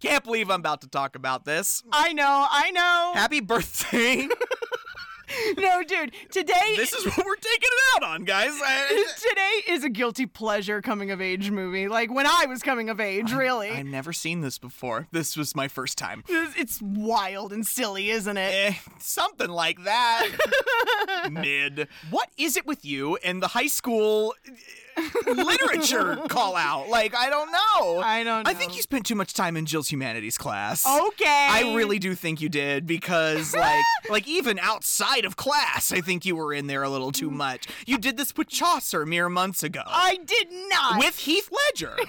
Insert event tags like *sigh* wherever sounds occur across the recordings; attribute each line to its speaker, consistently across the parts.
Speaker 1: Can't believe I'm about to talk about this.
Speaker 2: I know, I know.
Speaker 1: Happy birthday.
Speaker 2: *laughs* no, dude, today
Speaker 1: this is what we're taking it out on, guys. I,
Speaker 2: *laughs* today is a guilty pleasure coming of age movie. Like when I was coming of age, really.
Speaker 1: I never seen this before. This was my first time.
Speaker 2: It's- it's wild and silly, isn't it?
Speaker 1: Eh, something like
Speaker 2: *laughs*
Speaker 1: that. Mid. What is it with you and the high school eh,
Speaker 2: *laughs*
Speaker 1: literature call out? Like, I don't know.
Speaker 2: I don't know.
Speaker 1: I think you spent too much time in Jill's humanities class.
Speaker 2: Okay.
Speaker 1: I really do think you did because
Speaker 2: *laughs*
Speaker 1: like like even outside of class, I think you were in there a little
Speaker 2: Mm.
Speaker 1: too much. You did this with Chaucer mere months ago.
Speaker 2: I did not.
Speaker 1: with Heath Ledger.
Speaker 2: *laughs*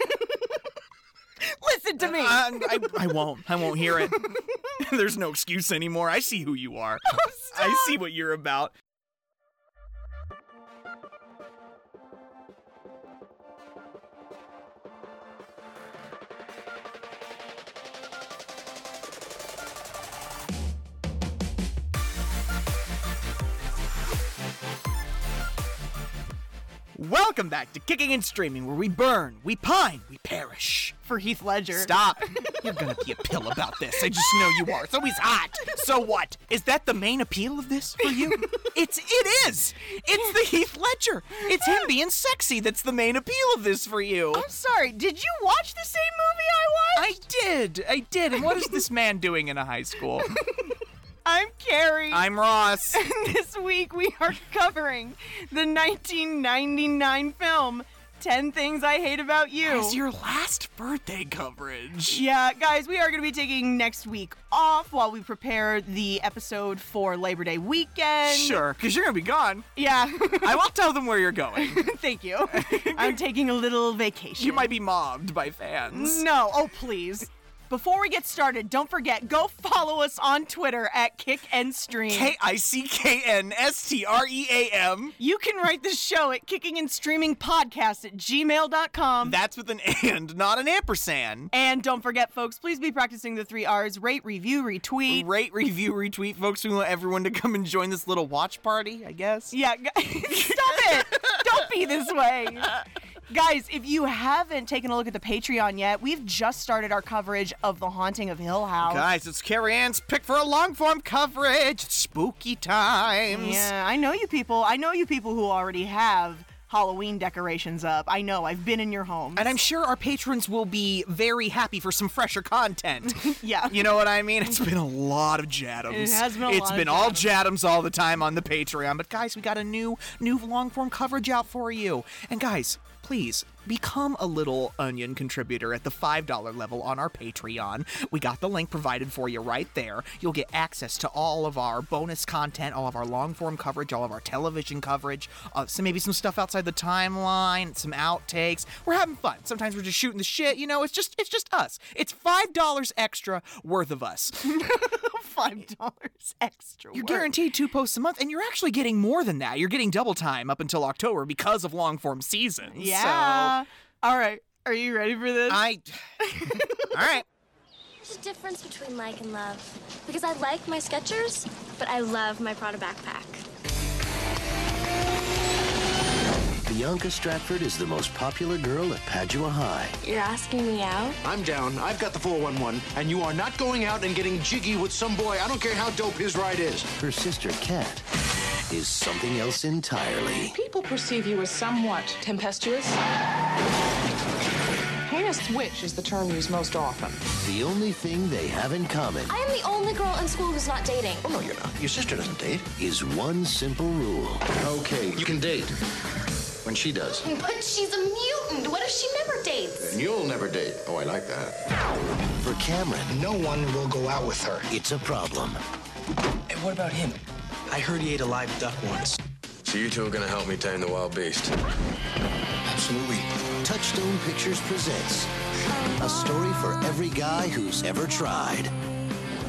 Speaker 2: Listen to me.
Speaker 1: Uh, I, I won't. I won't hear it. *laughs* There's no excuse anymore. I see who you are.
Speaker 2: Oh,
Speaker 1: I see what you're about. Welcome back to Kicking and Streaming, where we burn, we pine, we perish.
Speaker 2: For Heath Ledger.
Speaker 1: Stop. You're gonna be a pill about this. I just know you are. So he's hot. So what? Is that the main appeal of this for
Speaker 2: *laughs*
Speaker 1: you? It's it is. It's the Heath Ledger. It's him being sexy that's the main appeal of this for you.
Speaker 2: I'm sorry. Did you watch the same movie I *laughs* watched?
Speaker 1: I did. I did. And what is this man doing in a high school?
Speaker 2: *laughs* I'm Carrie.
Speaker 1: I'm Ross.
Speaker 2: this week we are covering the 1999 film 10 Things I Hate About You.
Speaker 1: It's your last birthday coverage.
Speaker 2: *laughs* Yeah, guys, we are going to be taking next week off while we prepare the episode for Labor Day weekend. *laughs*
Speaker 1: Sure, because you're gonna be gone.
Speaker 2: Yeah.
Speaker 1: I
Speaker 2: *laughs*
Speaker 1: will tell them where you're going. *laughs*
Speaker 2: Thank you. I'm taking a little vacation.
Speaker 1: You might be mobbed by fans.
Speaker 2: No, oh please. Before we get started, don't forget go follow us on Twitter at Kick and Stream.
Speaker 1: K I C K N S T R E A M.
Speaker 2: you can write the show at kicking and streaming podcast at gmail.com.
Speaker 1: That's with an and, not an ampersand.
Speaker 2: and don't forget, folks, please be practicing the three R's rate, review, retweet.
Speaker 1: Rate, review, retweet, folks. We want everyone to come and join this little watch party, I guess.
Speaker 2: Yeah, gu- *laughs* stop it! Don't be this way.
Speaker 1: *laughs*
Speaker 2: Guys, if you haven't taken a look at the Patreon yet, we've just started our coverage of The Haunting of Hill House.
Speaker 1: Guys, it's Carrie Ann's pick for a long form coverage. It's spooky times.
Speaker 2: Yeah, I know you people. I know you people who already have Halloween decorations up. I know. I've been in your home.
Speaker 1: And I'm sure our patrons will be very happy for some fresher
Speaker 2: *laughs*
Speaker 1: content.
Speaker 2: yeah.
Speaker 1: You know what I mean? It's been a lot of Jadams.
Speaker 2: It has been a
Speaker 1: It's
Speaker 2: lot of
Speaker 1: been all Jadams all the time on the Patreon. But guys, we got a new new long form coverage out for you. And guys, please become a little onion contributor at the $5 level on our Patreon. We got the link provided for you right there. You'll get access to all of our bonus content, all of our long form coverage, all of our television coverage, uh, some maybe some stuff outside the timeline, some outtakes. We're having fun. Sometimes we're just shooting the shit, you know, it's just it's just us. It's $5 extra worth of us.
Speaker 2: Five dollars extra.
Speaker 1: You're
Speaker 2: worth.
Speaker 1: guaranteed two posts a month, and you're actually getting more than that. You're getting double time up until October because of long form season.
Speaker 2: Yeah. All right. Are you ready for this?
Speaker 1: So I. All right.
Speaker 3: There's a difference between like and love. Because I like my Skechers, but I love my Prada backpack.
Speaker 4: Bianca Stratford is the most popular girl at Padua High.
Speaker 3: You're asking me out?
Speaker 5: I'm down. I've got the 411, and you are not going out and getting jiggy with some boy. I don't care how dope his ride is.
Speaker 4: Her sister, Kat, is something else entirely.
Speaker 6: People perceive you as somewhat tempestuous. Heinous witch is the term used most often.
Speaker 4: The only thing they have in common
Speaker 3: I am the only girl in school who's not dating.
Speaker 5: Oh, no, you're not. Your sister doesn't date.
Speaker 4: is one simple rule.
Speaker 5: Okay, you can date when she does.
Speaker 3: But she's a mutant. What if she never dates?
Speaker 5: And you'll never date. Oh, I like that.
Speaker 4: For Cameron,
Speaker 7: No one will go out with her.
Speaker 4: it's a problem.
Speaker 8: Hey, what about him? I heard he ate a live duck once.
Speaker 9: So you two are gonna help me tame the wild beast.
Speaker 7: Absolutely.
Speaker 4: Touchstone Pictures presents a story for every guy who's ever tried.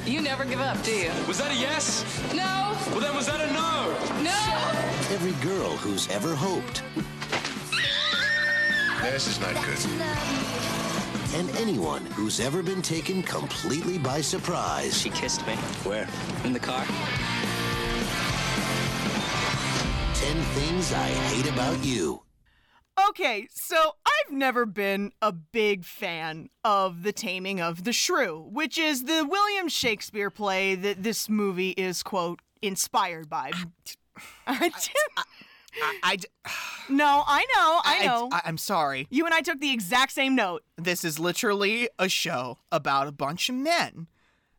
Speaker 6: You never give up, do you?
Speaker 9: Was that a yes?
Speaker 6: No,
Speaker 9: Well, then was that a no?
Speaker 6: no.
Speaker 4: Every girl who's ever hoped.
Speaker 5: This is not good.
Speaker 4: And anyone who's ever been taken completely by surprise.
Speaker 8: She kissed me.
Speaker 9: Where?
Speaker 8: In the car?
Speaker 4: 10 Things I Hate About You.
Speaker 2: okay. So I I've never been a big fan of The Taming of the Shrew, which is the William Shakespeare play that this movie is, quote, inspired by. *laughs* I do-
Speaker 1: I, I d-
Speaker 2: no, I know, I
Speaker 1: I-
Speaker 2: know.
Speaker 1: I- I'm sorry.
Speaker 2: you and I took the exact same note.
Speaker 1: This is literally a show about a bunch of men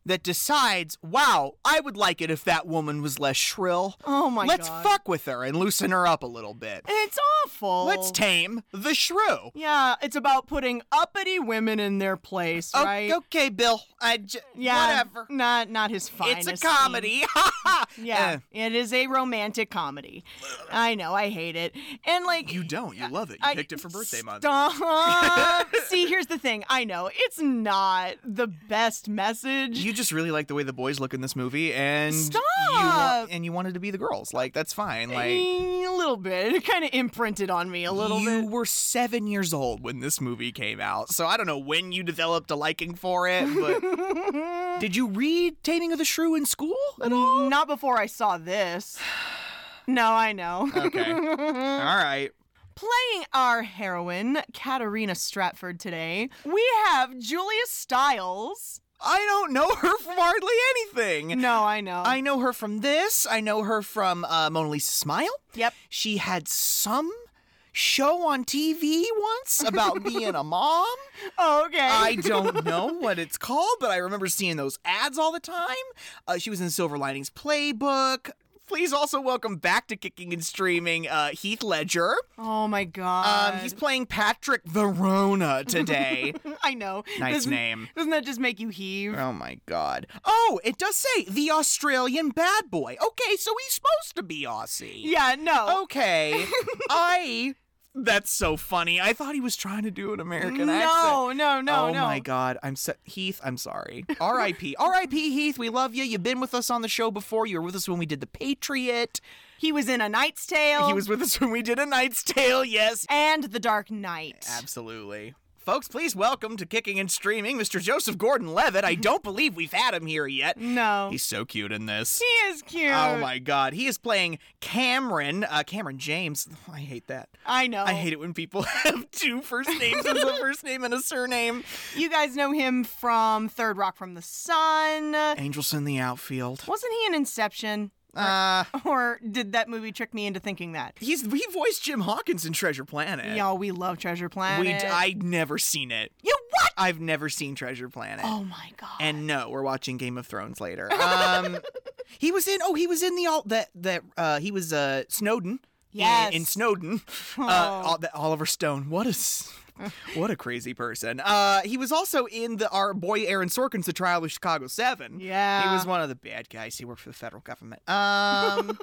Speaker 1: that decides, wow, I would like it if that woman was less shrill.
Speaker 2: Oh my
Speaker 1: Let's
Speaker 2: God.
Speaker 1: fuck with her and loosen her up a little bit.
Speaker 2: It's awful.
Speaker 1: Let's tame the shrew.
Speaker 2: Yeah, it's about putting uppity women in their place,
Speaker 1: O-
Speaker 2: right?
Speaker 1: Okay, Bill. I j-
Speaker 2: Yeah,
Speaker 1: whatever.
Speaker 2: Not not his finest.
Speaker 1: It's a
Speaker 2: scene.
Speaker 1: comedy. Uh. Ha ha. *laughs*
Speaker 2: Yeah, it is a romantic comedy. I know, I hate it. And like
Speaker 1: You don't. You love it. You
Speaker 2: I-
Speaker 1: picked it for birthday month. *laughs*
Speaker 2: Stop. See, here's the thing. I know it's not the best message.
Speaker 1: You just really like the way the boys look in this movie, and You
Speaker 2: Stop.
Speaker 1: want, and you wanted to be the girls. Like that's fine. Like
Speaker 2: Eh, a little bit. It kind of imprinted on me a little
Speaker 1: you
Speaker 2: bit.
Speaker 1: were seven years old when this movie came out, so I don't know when you developed a liking for it.
Speaker 2: *laughs*
Speaker 1: But did you read Taming of the Shrew in school at all?
Speaker 2: Not before I saw this. *sighs* No, I know. *laughs*
Speaker 1: Okay. all right.
Speaker 2: Playing our heroine, Katarina Stratford, today, we have Julia Stiles.
Speaker 1: I don't know *laughs* her from hardly anything.
Speaker 2: No, I know.
Speaker 1: I know her from this. I know her from uh, Mona Lisa Smile.
Speaker 2: Yep.
Speaker 1: She had some show on TV once about being a mom.
Speaker 2: *laughs* Oh, okay.
Speaker 1: I don't know what it's called, but I remember seeing those ads all the time. Uh, she was in Silver Linings Playbook. Please also welcome back to Kicking and Streaming uh, Heath Ledger.
Speaker 2: oh my god.
Speaker 1: Um, he's playing Patrick Verona today.
Speaker 2: *laughs* I know.
Speaker 1: Nice
Speaker 2: Doesn't-
Speaker 1: name.
Speaker 2: Doesn't that just make you heave?
Speaker 1: oh my god. Oh, it does say the Australian bad boy. Okay, so he's supposed to be Aussie.
Speaker 2: Yeah, no. *laughs*
Speaker 1: Okay. I. That's so funny. I thought he was trying to do an American accent.
Speaker 2: no, no, no,
Speaker 1: oh
Speaker 2: no.
Speaker 1: my God. I'm so- Heath, I'm sorry. *laughs* R.I.P. R.I.P. Heath, we love you. You've been with us on the show before. You were with us when we did The Patriot.
Speaker 2: He was in A Knight's Tale.
Speaker 1: He was with us when we did A Knight's Tale, yes.
Speaker 2: and The Dark Knight.
Speaker 1: Absolutely. Folks, please welcome to Kicking and Streaming Mr. Joseph Gordon Levitt. I don't believe we've had him here yet.
Speaker 2: No.
Speaker 1: He's so cute in this.
Speaker 2: he is cute.
Speaker 1: Oh my God. He is playing Cameron, uh, Cameron James. *laughs* I hate that.
Speaker 2: I know.
Speaker 1: I hate it when people *laughs* have two first names as a first name and a surname.
Speaker 2: You guys know him from Third Rock from the Sun.
Speaker 1: Angels in the outfield.
Speaker 2: Wasn't he in Inception?
Speaker 1: Uh,
Speaker 2: Or did that movie trick me into thinking that?
Speaker 1: he's he voiced Jim Hawkins in Treasure Planet.
Speaker 2: Y'all, we love Treasure
Speaker 1: we
Speaker 2: Planet.
Speaker 1: I'd never seen it.
Speaker 2: You what?
Speaker 1: I've never seen Treasure Planet.
Speaker 2: Oh my god.
Speaker 1: And no, we're watching Game of Thrones
Speaker 2: *laughs*
Speaker 1: later. Um, he was in. Oh, he was in the all that that uh, he was uh Snowden. in-
Speaker 2: Yes. Oh.
Speaker 1: In,
Speaker 2: *laughs*
Speaker 1: Snowden, uh, all, that Oliver Stone. What a s- what a crazy person. Uh, he was also in the our boy Aaron Sorkin's The Trial of Chicago Seven.
Speaker 2: Yeah.
Speaker 1: he was one of the bad guys. He worked for the federal government.
Speaker 2: *laughs*
Speaker 1: Um.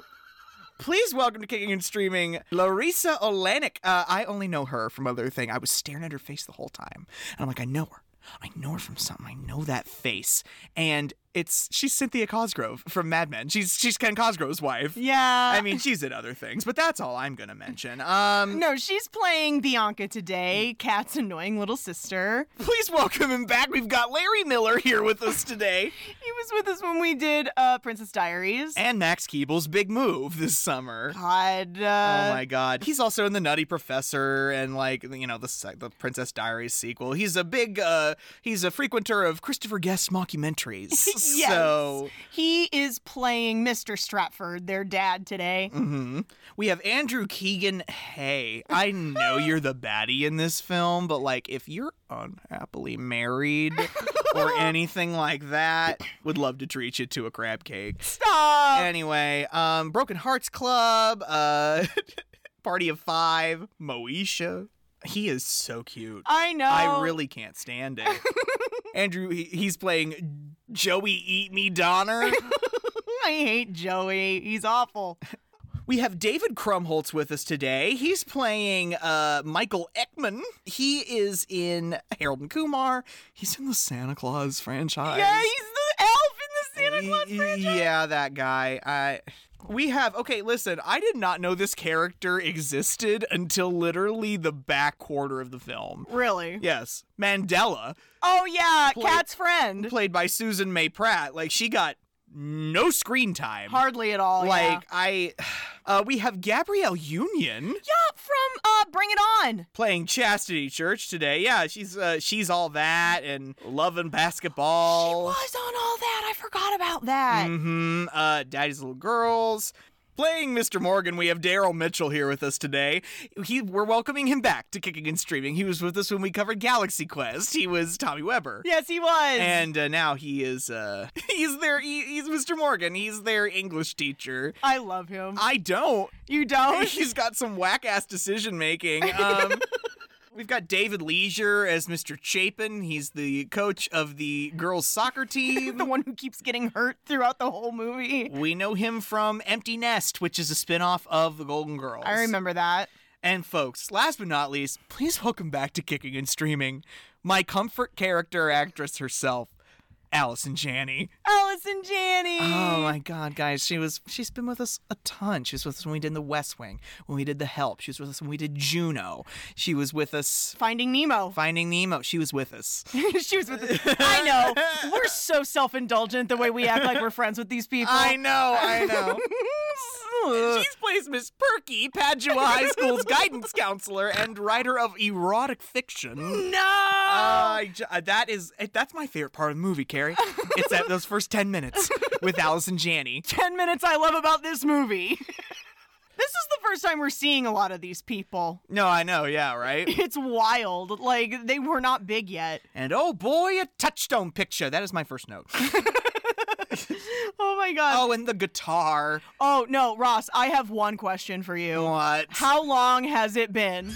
Speaker 1: Please welcome to Kicking and Streaming, Larissa Olenek. Uh, I only know her from other thing. I was staring at her face the whole time, and I'm like, I know her. I know her from something. I know that face, and it's she's Cynthia Cosgrove from Mad Men. She's she's Ken Cosgrove's wife.
Speaker 2: yeah.
Speaker 1: I mean, she's in other things, but that's all I'm gonna mention. Um,
Speaker 2: no, she's playing Bianca today, Cat's annoying little sister.
Speaker 1: please welcome him back. We've
Speaker 2: uh,
Speaker 1: got Larry Miller here with us today,
Speaker 2: He was with us when we did uh, Princess Diaries.
Speaker 1: and Max Keeble's big move this summer.
Speaker 2: Uh, God.
Speaker 1: Oh
Speaker 2: Uh,
Speaker 1: my god. He's also in the Nutty Professor and like you know the se- the Princess Diaries sequel. He's a big uh he's a frequenter of Christopher Guest mockumentaries.
Speaker 2: Yes.
Speaker 1: So
Speaker 2: He is playing Mr. Stratford, their dad today.
Speaker 1: Mm-hmm. we have Andrew Keegan. Hey, I know you're the baddie in this film, but like if you're unhappily married
Speaker 2: *laughs*
Speaker 1: or anything like that, would love to treat you to a crab cake.
Speaker 2: Stop.
Speaker 1: Anyway, um Broken Hearts Club, uh *laughs* Party of 5, Moesha. He is so cute.
Speaker 2: I know.
Speaker 1: I really can't stand
Speaker 2: *laughs*
Speaker 1: it. Andrew, he, he's playing Joey Eat Me Donner.
Speaker 2: *laughs* I hate Joey. He's awful.
Speaker 1: we have David Krumholtz with us today. He's playing uh, Michael Ekman. He is in Harold and Kumar. He's in the Santa Claus franchise.
Speaker 2: Yeah, he's the elf in the Santa Claus
Speaker 1: Y-
Speaker 2: franchise.
Speaker 1: Yeah, that guy. I we have okay, listen, I did not know this character existed until literally the back quarter of the film.
Speaker 2: Really?
Speaker 1: Yes. Mandela.
Speaker 2: Oh yeah,
Speaker 1: Play-
Speaker 2: Cat's friend.
Speaker 1: played by Susan May Pratt, like she got no screen time.
Speaker 2: Hardly at all. Oh, yeah.
Speaker 1: Like I, *sighs* uh, we have Gabrielle Union
Speaker 2: Yeah, from uh, Bring It On.
Speaker 1: playing Chastity Church today. Yeah, she's uh, she's all that and loving basketball.
Speaker 2: Was on all that. I forgot about that.
Speaker 1: Mm-hmm. Uh, Daddy's Little Girls. Playing Mr. Morgan, we have Daryl Mitchell here with us today. He, we're welcoming him back to Kicking and Streaming. He was with us when we covered Galaxy Quest. He was Tommy Weber.
Speaker 2: Yes, he was.
Speaker 1: And uh, now he is, uh, *laughs* he's their, he, he's Mr. Morgan. He's their English teacher.
Speaker 2: I love him.
Speaker 1: I don't.
Speaker 2: you
Speaker 1: *laughs*
Speaker 2: don't?
Speaker 1: He's got some whack ass decision making.
Speaker 2: *laughs*
Speaker 1: Um, we've got David Leisure as Mr. Chapin. He's the coach of the girls' soccer
Speaker 2: *laughs* the
Speaker 1: team.
Speaker 2: one who keeps getting hurt throughout the whole movie.
Speaker 1: We know him from Empty Nest, which is a spinoff of The Golden Girls.
Speaker 2: I remember that.
Speaker 1: And folks, last but not least, please welcome back to Kicking and Streaming my comfort character actress herself, Allison Janney.
Speaker 2: Allison Janney.
Speaker 1: *laughs* Oh my god, guys, she was she's been with us a ton. She was with us when we did the West Wing, when we did the Help. She was with us when we did Juno. She was with us
Speaker 2: Finding Nemo.
Speaker 1: Finding Nemo. She was with *laughs* us.
Speaker 2: *laughs* she was with.
Speaker 1: *laughs*
Speaker 2: The- I know. We're so self-indulgent the way we act like we're friends with these people.
Speaker 1: I know, I *laughs* know.
Speaker 2: Ugh.
Speaker 1: she plays Miss Perky, Padua High School's guidance counselor and writer of erotic fiction.
Speaker 2: no.
Speaker 1: I j- uh, that is that's my favorite part of the movie, Carrie. It's that those first ten *laughs* minutes with Allison Janney.
Speaker 2: *laughs* Ten minutes I love about this movie. *laughs* this is the first time we're seeing a lot of these people.
Speaker 1: No, I know, yeah, *laughs* right.
Speaker 2: It's wild. Like they were not big yet.
Speaker 1: And oh boy, a touchstone picture. That is my first note.
Speaker 2: Oh my god.
Speaker 1: oh, and the guitar.
Speaker 2: Oh no, Ross, I have one question for you.
Speaker 1: What? Eh.
Speaker 2: How long has it been?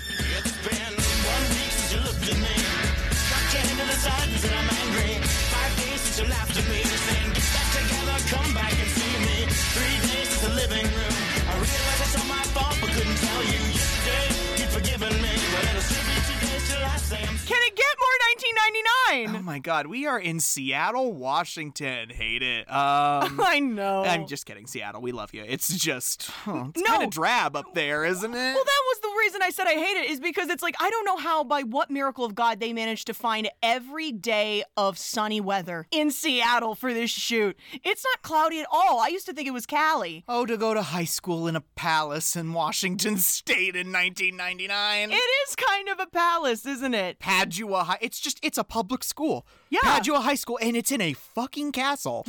Speaker 2: Can it get more
Speaker 1: Oh
Speaker 2: 1999?
Speaker 1: my God, we are in Seattle, Washington. Hate *laughs* it. Um,
Speaker 2: I know.
Speaker 1: I'm just kidding, Seattle. We love you. It's just, *laughs* oh, it's
Speaker 2: No.
Speaker 1: kind of drab up there, isn't it?
Speaker 2: Well, that was the reason I said I hate it, is because it's like, I don't know how, by what miracle of God, they managed to find every day of sunny weather in Seattle for this shoot. It's not cloudy at all. I used to think it was Cali.
Speaker 1: oh, to go to high school in a palace in Washington *laughs* State in 1999.
Speaker 2: It is kind of a palace, isn't it?
Speaker 1: Padua High. It's just, it's a public school.
Speaker 2: Yeah.
Speaker 1: Padua High School, and it's in a fucking *laughs* castle.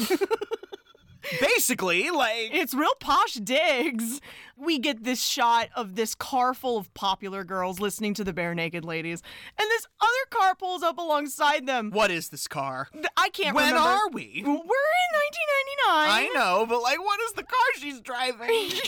Speaker 1: Basically, like.
Speaker 2: It's real posh digs. We get this shot of this car full of popular girls listening to the bare naked ladies, and this other car pulls up alongside them.
Speaker 1: what is this car?
Speaker 2: Th- I can't
Speaker 1: When
Speaker 2: remember.
Speaker 1: are we?
Speaker 2: We're in 1999.
Speaker 1: I know, but like, what is the car she's driving?
Speaker 2: *laughs*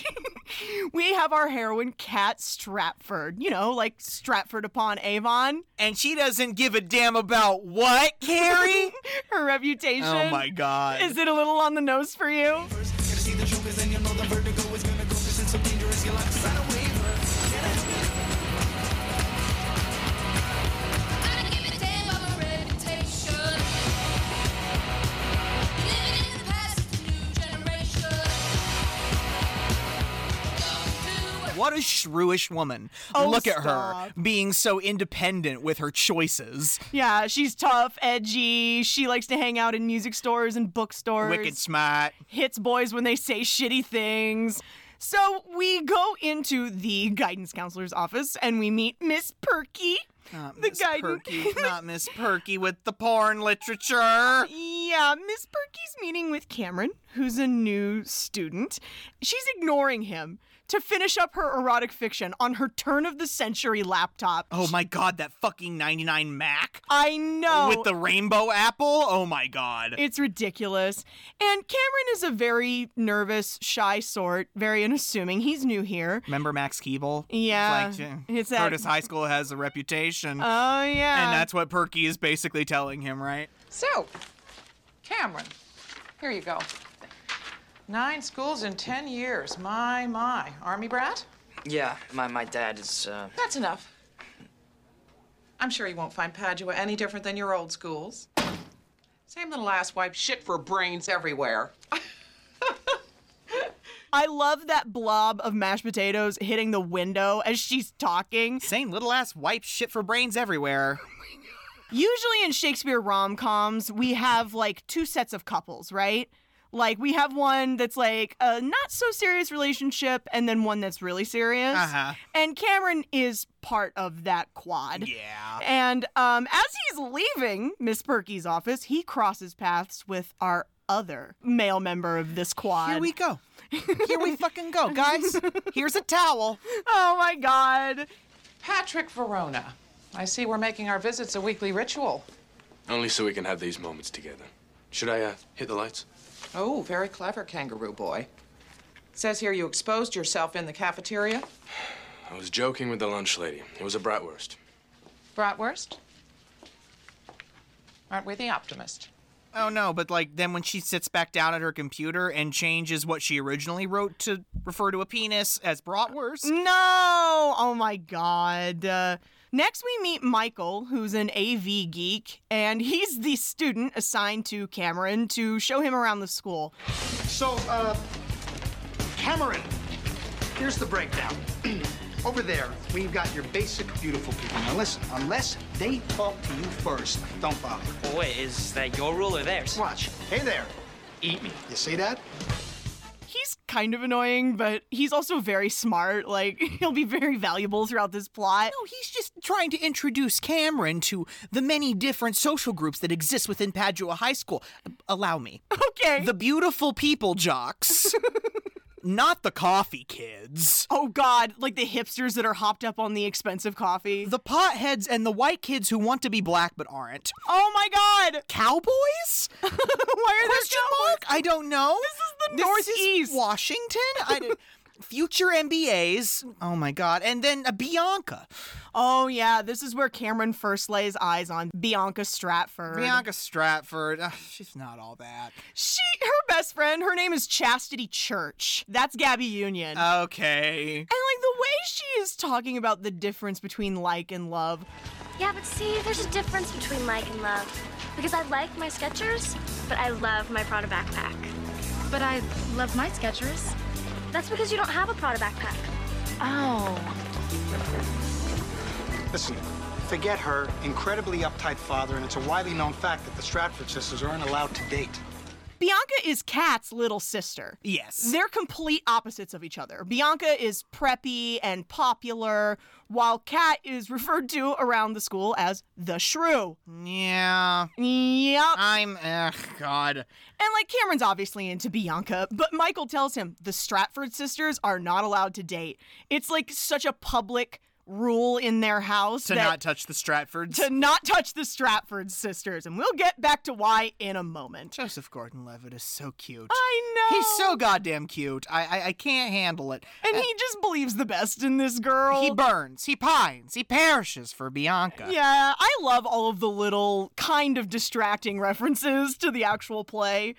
Speaker 2: We have our heroine, Kat Stratford. You know, like Stratford upon Avon.
Speaker 1: and she doesn't give a damn about what, Carrie?
Speaker 2: *laughs* Her reputation.
Speaker 1: oh my god.
Speaker 2: Is it a little on the nose for you?
Speaker 1: what a shrewish woman.
Speaker 2: Oh,
Speaker 1: Look at her
Speaker 2: stop.
Speaker 1: being so independent with her choices.
Speaker 2: Yeah, she's tough, edgy. She likes to hang out in music stores and bookstores.
Speaker 1: Wicked smart.
Speaker 2: hits boys when they say shitty things. So we go into the guidance counselor's office and we meet Miss Perky.
Speaker 1: Not
Speaker 2: The
Speaker 1: Miss
Speaker 2: guidance- *laughs*
Speaker 1: Perky. Not Miss Perky with the porn literature.
Speaker 2: Yeah, Miss Perky's meeting with Cameron, who's a new student. She's ignoring him to finish up her erotic fiction on her turn of the century laptop.
Speaker 1: Oh my god, that fucking 99 Mac
Speaker 2: I know.
Speaker 1: with the rainbow apple? Oh my god.
Speaker 2: It's ridiculous. And Cameron is a very nervous, shy sort, very unassuming. He's new here.
Speaker 1: Remember Max Keeble?
Speaker 2: Yeah.
Speaker 1: It's like, eh,
Speaker 2: It's that-
Speaker 1: Curtis High School has a reputation.
Speaker 2: Oh, yeah.
Speaker 1: and that's what Perky is basically telling him, right?
Speaker 6: So, Cameron, here you go. Nine schools in 10 years. My, my. Army brat?
Speaker 8: Yeah, my, my dad is, uh,
Speaker 6: That's enough. I'm sure you won't find Padua any different than your old schools. Same little asswipe shit for brains everywhere.
Speaker 2: I love that blob of mashed potatoes hitting the window as she's talking.
Speaker 1: Same little ass wipe shit for brains everywhere.
Speaker 2: Usually in Shakespeare rom coms, we have like two sets of couples, right? Like we have one that's like a not so serious relationship, and then one that's really serious.
Speaker 1: Uh-huh.
Speaker 2: And Cameron is part of that quad.
Speaker 1: Yeah.
Speaker 2: And um, as he's leaving Miss Perky's office, he crosses paths with our other male member of this quad.
Speaker 1: Here we go. Here we fucking go,
Speaker 2: *laughs*
Speaker 1: guys. Here's a towel.
Speaker 2: oh my god.
Speaker 6: Patrick Verona. I see we're making our visits a weekly ritual.
Speaker 9: Only so we can have these moments together. Should I uh, hit the lights?
Speaker 6: Oh, very clever, kangaroo boy. Says here you exposed yourself in the cafeteria.
Speaker 9: I was joking with the lunch lady. It was a bratwurst.
Speaker 6: Bratwurst? Aren't we the optimist?
Speaker 1: Oh no, but like then when she sits back down at her computer and changes what she originally wrote to refer to a penis as bratwurst.
Speaker 2: No! Oh my god. Uh, next, we meet Michael, who's an AV geek, and he's the student assigned to Cameron to show him around the school.
Speaker 5: So, uh, Cameron, here's the breakdown. *clears throat* Over there, we've got your basic beautiful people. Now listen, unless they talk to you first, don't bother.
Speaker 8: Oh, wait, is that your rule or theirs?
Speaker 5: Watch. Hey there. Eat me. You see that?
Speaker 2: He's kind of annoying, but he's also very smart. Like, *laughs* he'll be very valuable throughout this plot.
Speaker 1: No, he's just trying to introduce Cameron to the many different social groups that exist within Padua High School. Allow me.
Speaker 2: Okay.
Speaker 1: The beautiful people *laughs* jocks. Not the coffee kids.
Speaker 2: oh god, like the hipsters that are hopped up on the expensive coffee.
Speaker 1: The potheads and the white kids who want to be black but *laughs* aren't.
Speaker 2: oh my god! *laughs*
Speaker 1: Cowboys?
Speaker 2: Why are there
Speaker 1: Question mark? I don't know.
Speaker 2: the Northeast.
Speaker 1: Washington. I *laughs* d- future MBAs. Oh my God! And then a Bianca.
Speaker 2: Oh yeah, this is where Cameron first lays eyes on Bianca Stratford.
Speaker 1: Bianca Stratford. Ugh, she's not all that.
Speaker 2: She, her best friend, her name is Chastity Church. That's Gabby Union.
Speaker 1: Okay.
Speaker 2: and like the way she is talking about the difference between like and love.
Speaker 3: Yeah, but see, there's a difference between like and love. Because I like my Skechers, but I love my Prada backpack.
Speaker 10: But I love my
Speaker 6: *laughs*
Speaker 10: Skechers.
Speaker 3: That's because you don't have a Prada backpack.
Speaker 10: Oh.
Speaker 7: Listen, forget her incredibly uptight father, and it's a widely known fact that the Stratford sisters aren't allowed to date.
Speaker 2: Bianca is Kat's little sister.
Speaker 1: Yes.
Speaker 2: They're complete opposites of each other. Bianca is preppy and popular, while Kat is *laughs* referred to around the school as the shrew.
Speaker 1: Yeah.
Speaker 2: Yep.
Speaker 1: I'm. Ugh, God.
Speaker 2: And like Cameron's obviously into Bianca, but Michael tells him the Stratford sisters are not allowed to date. It's like such a public rule in their house
Speaker 1: To
Speaker 2: that
Speaker 1: not touch the Stratfords.
Speaker 2: *laughs* to not touch the Stratford sisters. And we'll get back to why in a moment.
Speaker 1: Joseph Gordon-Levitt is so cute.
Speaker 2: I know.
Speaker 1: He's so goddamn cute. I I, I can't handle it.
Speaker 2: and he just believes the best in this girl.
Speaker 1: He burns. He pines. He perishes for Bianca.
Speaker 2: yeah, I love all of the little kind of distracting references to the actual play.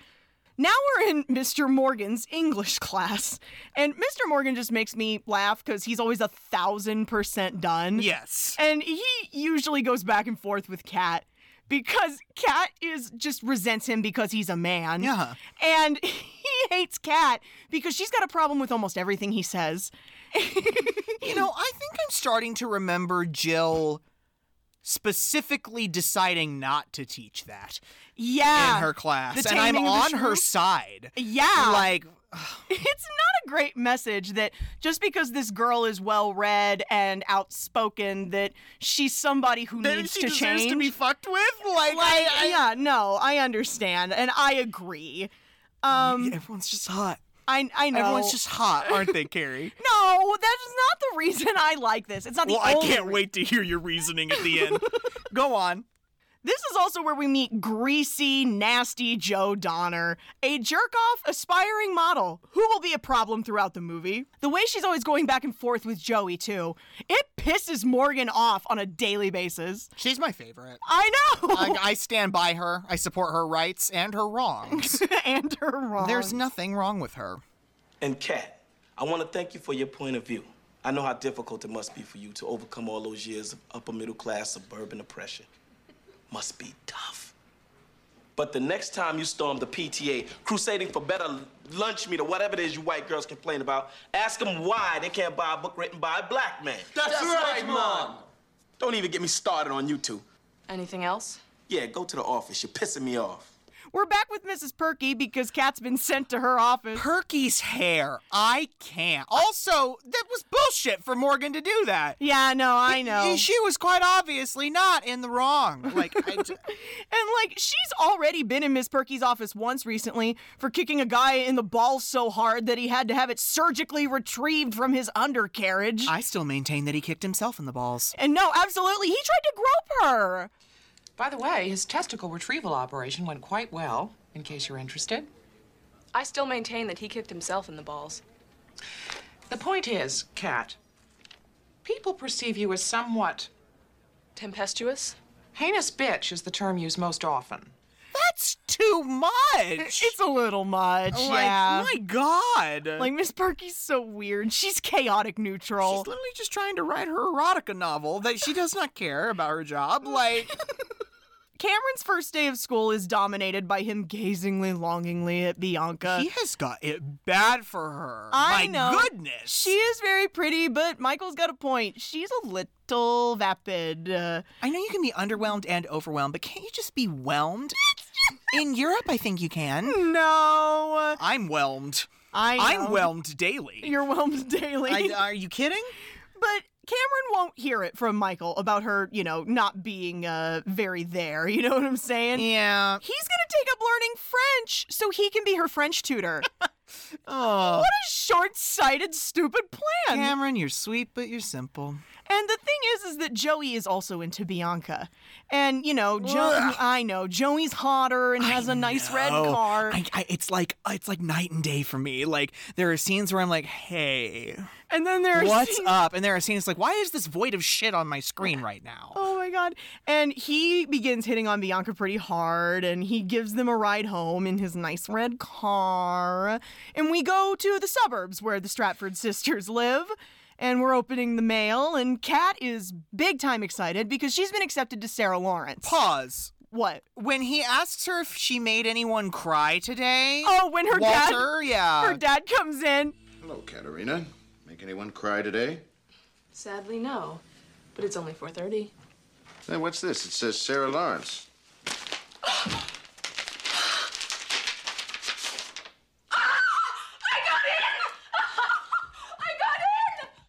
Speaker 2: Now we're in Mr. Morgan's English class, and Mr. Morgan just makes me laugh because he's always a thousand percent done.
Speaker 1: Yes.
Speaker 2: And he usually goes back and forth with Kat because Kat is just resents him because he's a man.
Speaker 1: Yeah.
Speaker 2: And *laughs* he hates Kat because she's got a problem with almost everything he says.
Speaker 1: You know, I think I'm starting to remember Jill specifically deciding not to teach that
Speaker 2: Yeah.
Speaker 1: in her class.
Speaker 2: The
Speaker 1: And I'm
Speaker 2: taming of the
Speaker 1: on her
Speaker 2: shrew?
Speaker 1: side.
Speaker 2: Yeah.
Speaker 1: Like, *sighs*
Speaker 2: it's not a great message that just because this girl is well read and outspoken that she's somebody who needs
Speaker 1: she
Speaker 2: to
Speaker 1: deserves
Speaker 2: change.
Speaker 1: to be fucked with? Like,
Speaker 2: like,
Speaker 1: I, I-
Speaker 2: yeah, no, I understand and I agree. Um,
Speaker 1: Everyone's just hot.
Speaker 2: I I know
Speaker 1: Everyone's just hot, aren't they, *laughs* Carrie?
Speaker 2: *laughs* No, that is not the reason I like this. It's not the
Speaker 1: well, I
Speaker 2: only
Speaker 1: can't
Speaker 2: re-
Speaker 1: wait to hear your reasoning at the end. Go on.
Speaker 2: This is also where we meet greasy, nasty Joe Donner, a jerk off aspiring model who will be a problem throughout the movie. The way she's always going back and forth with Joey, too, it pisses Morgan off on a daily basis.
Speaker 1: She's my favorite.
Speaker 2: I know!
Speaker 1: I, I stand *laughs* by her. I support her rights and her *laughs* wrongs.
Speaker 2: and her wrong.
Speaker 1: There's nothing wrong with her.
Speaker 11: And Kat, I want to thank you for your point of view. I know how difficult it must be for you to overcome all those years of upper middle class suburban oppression. Must be tough. But the next time you storm the PTA, crusading for better lunch meat or whatever it is you white girls complain about, ask them why they can't buy a book written by a black man.
Speaker 9: That's, right, Mom!
Speaker 11: Don't even get me started on you two.
Speaker 10: Anything else?
Speaker 11: Yeah, go to the office. You're pissing me off.
Speaker 2: We're back with Mrs. Perky because Kat's been sent to her office.
Speaker 1: Perky's hair. I can't. Also, that was bullshit for Morgan to do that.
Speaker 2: Yeah, no, I
Speaker 1: Y-
Speaker 2: know.
Speaker 1: She was quite obviously not in the wrong. Like, I j-
Speaker 2: *laughs* And like she's already been in Miss Perky's office once recently for kicking a guy in the balls so hard that he had to have it surgically retrieved from his undercarriage.
Speaker 1: I still maintain that he kicked himself in the balls.
Speaker 2: And no, absolutely, he tried to grope her.
Speaker 6: By the way, his testicle retrieval operation went quite well, in case you're interested.
Speaker 12: I still maintain that he kicked himself in the balls.
Speaker 6: The point is, Kat, people perceive you as somewhat.
Speaker 12: tempestuous?
Speaker 6: Heinous bitch is the term used most often.
Speaker 1: That's too much. It's
Speaker 2: a little much.
Speaker 1: Like,
Speaker 2: yeah.
Speaker 1: my God.
Speaker 2: Like Miss Perky's so weird. She's chaotic neutral.
Speaker 1: She's literally just trying to write her erotica novel that she does not care about her
Speaker 2: *laughs*
Speaker 1: job. Like,
Speaker 2: Cameron's first day of school is dominated by him gazingly longingly at Bianca.
Speaker 1: he has got it bad for her.
Speaker 2: I
Speaker 1: my
Speaker 2: know.
Speaker 1: goodness.
Speaker 2: She is very pretty, but Michael's got a point. She's a little vapid. Uh,
Speaker 1: I know you can be underwhelmed and overwhelmed, but can't you just be whelmed? In Europe, I think you can.
Speaker 2: No.
Speaker 1: I'm whelmed.
Speaker 2: I know.
Speaker 1: I'm whelmed daily.
Speaker 2: You're whelmed *laughs* daily.
Speaker 1: I- are you kidding?
Speaker 2: But Cameron won't hear it from Michael about her, you know, not being uh, very there. *laughs* You know what I'm saying?
Speaker 1: Yeah.
Speaker 2: He's going to take up learning French so he can be her French
Speaker 1: *laughs*
Speaker 2: tutor.
Speaker 1: Oh.
Speaker 2: What a short sighted, stupid plan.
Speaker 1: Cameron, you're sweet, but you're simple.
Speaker 2: And the thing is, is that Joey is also into Bianca, and you know, jo-
Speaker 1: Ugh.
Speaker 2: I know Joey's hotter and has a nice red
Speaker 1: Oh,
Speaker 2: car.
Speaker 1: I, I, it's like uh, it's like night and day for me. Like there are scenes where I'm like, "Hey,
Speaker 2: and then there's
Speaker 1: what's up?" And there are scenes like, "Why is this void of shit on my screen right now?"
Speaker 2: *laughs* Oh my god! And he begins hitting on Bianca pretty hard, and he gives them a ride home in his nice red car. And we go to the suburbs where the Stratford sisters live. And we're opening the mail, and Kat is big time excited because she's been accepted to Sarah Lawrence.
Speaker 1: Pause.
Speaker 2: What?
Speaker 1: When he asks her if she made anyone cry today.
Speaker 2: Oh, when her dad-
Speaker 1: Walter, yeah.
Speaker 2: Her dad comes in.
Speaker 13: Hello, Katerina. Make anyone cry today?
Speaker 12: Sadly, no. But it's only 4:30.
Speaker 13: Hey, what's this? It says Sarah Lawrence.
Speaker 6: *laughs*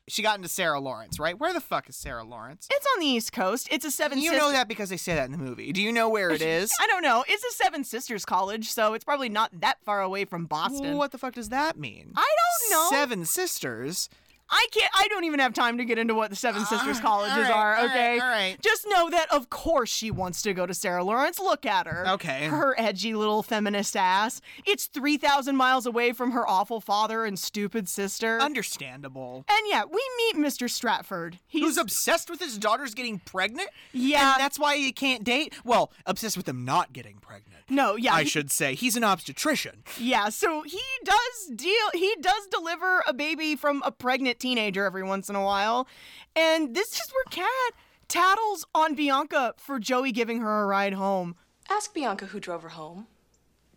Speaker 1: She got into Sarah Lawrence, right? Where the fuck is Sarah Lawrence?
Speaker 2: It's on the East Coast. It's a seven.
Speaker 1: You
Speaker 2: Sisters-
Speaker 1: know that because they say that in the movie. Do you know
Speaker 2: *laughs*
Speaker 1: where it is?
Speaker 2: I don't know. It's a Seven Sisters college, so it's probably not that far away from Boston.
Speaker 1: What the fuck does that mean?
Speaker 2: I don't know.
Speaker 1: Seven Sisters.
Speaker 2: I can't. I don't even have time to get into what the Seven Sisters colleges
Speaker 1: Ah, all right,
Speaker 2: are.
Speaker 1: all right,
Speaker 2: Okay.
Speaker 1: all right.
Speaker 2: Just know that, of course, she wants to go to Sarah Lawrence. Look at her.
Speaker 1: Okay.
Speaker 2: Her edgy little feminist ass. It's three thousand miles away from her awful father and stupid sister.
Speaker 1: Understandable.
Speaker 2: and yeah, we meet Mr. Stratford. He's
Speaker 1: Who's obsessed with his daughters getting pregnant?
Speaker 2: Yeah.
Speaker 1: And that's why he can't date? Well, obsessed with them not getting pregnant.
Speaker 2: no, yeah,
Speaker 1: I
Speaker 2: he-
Speaker 1: should say. He's an obstetrician.
Speaker 2: Yeah, so he does deal he does deliver a baby from a pregnant teenager every once in a while. And this is where Kat tattles on Bianca for Joey giving her a ride home.
Speaker 12: Ask Bianca who drove her home.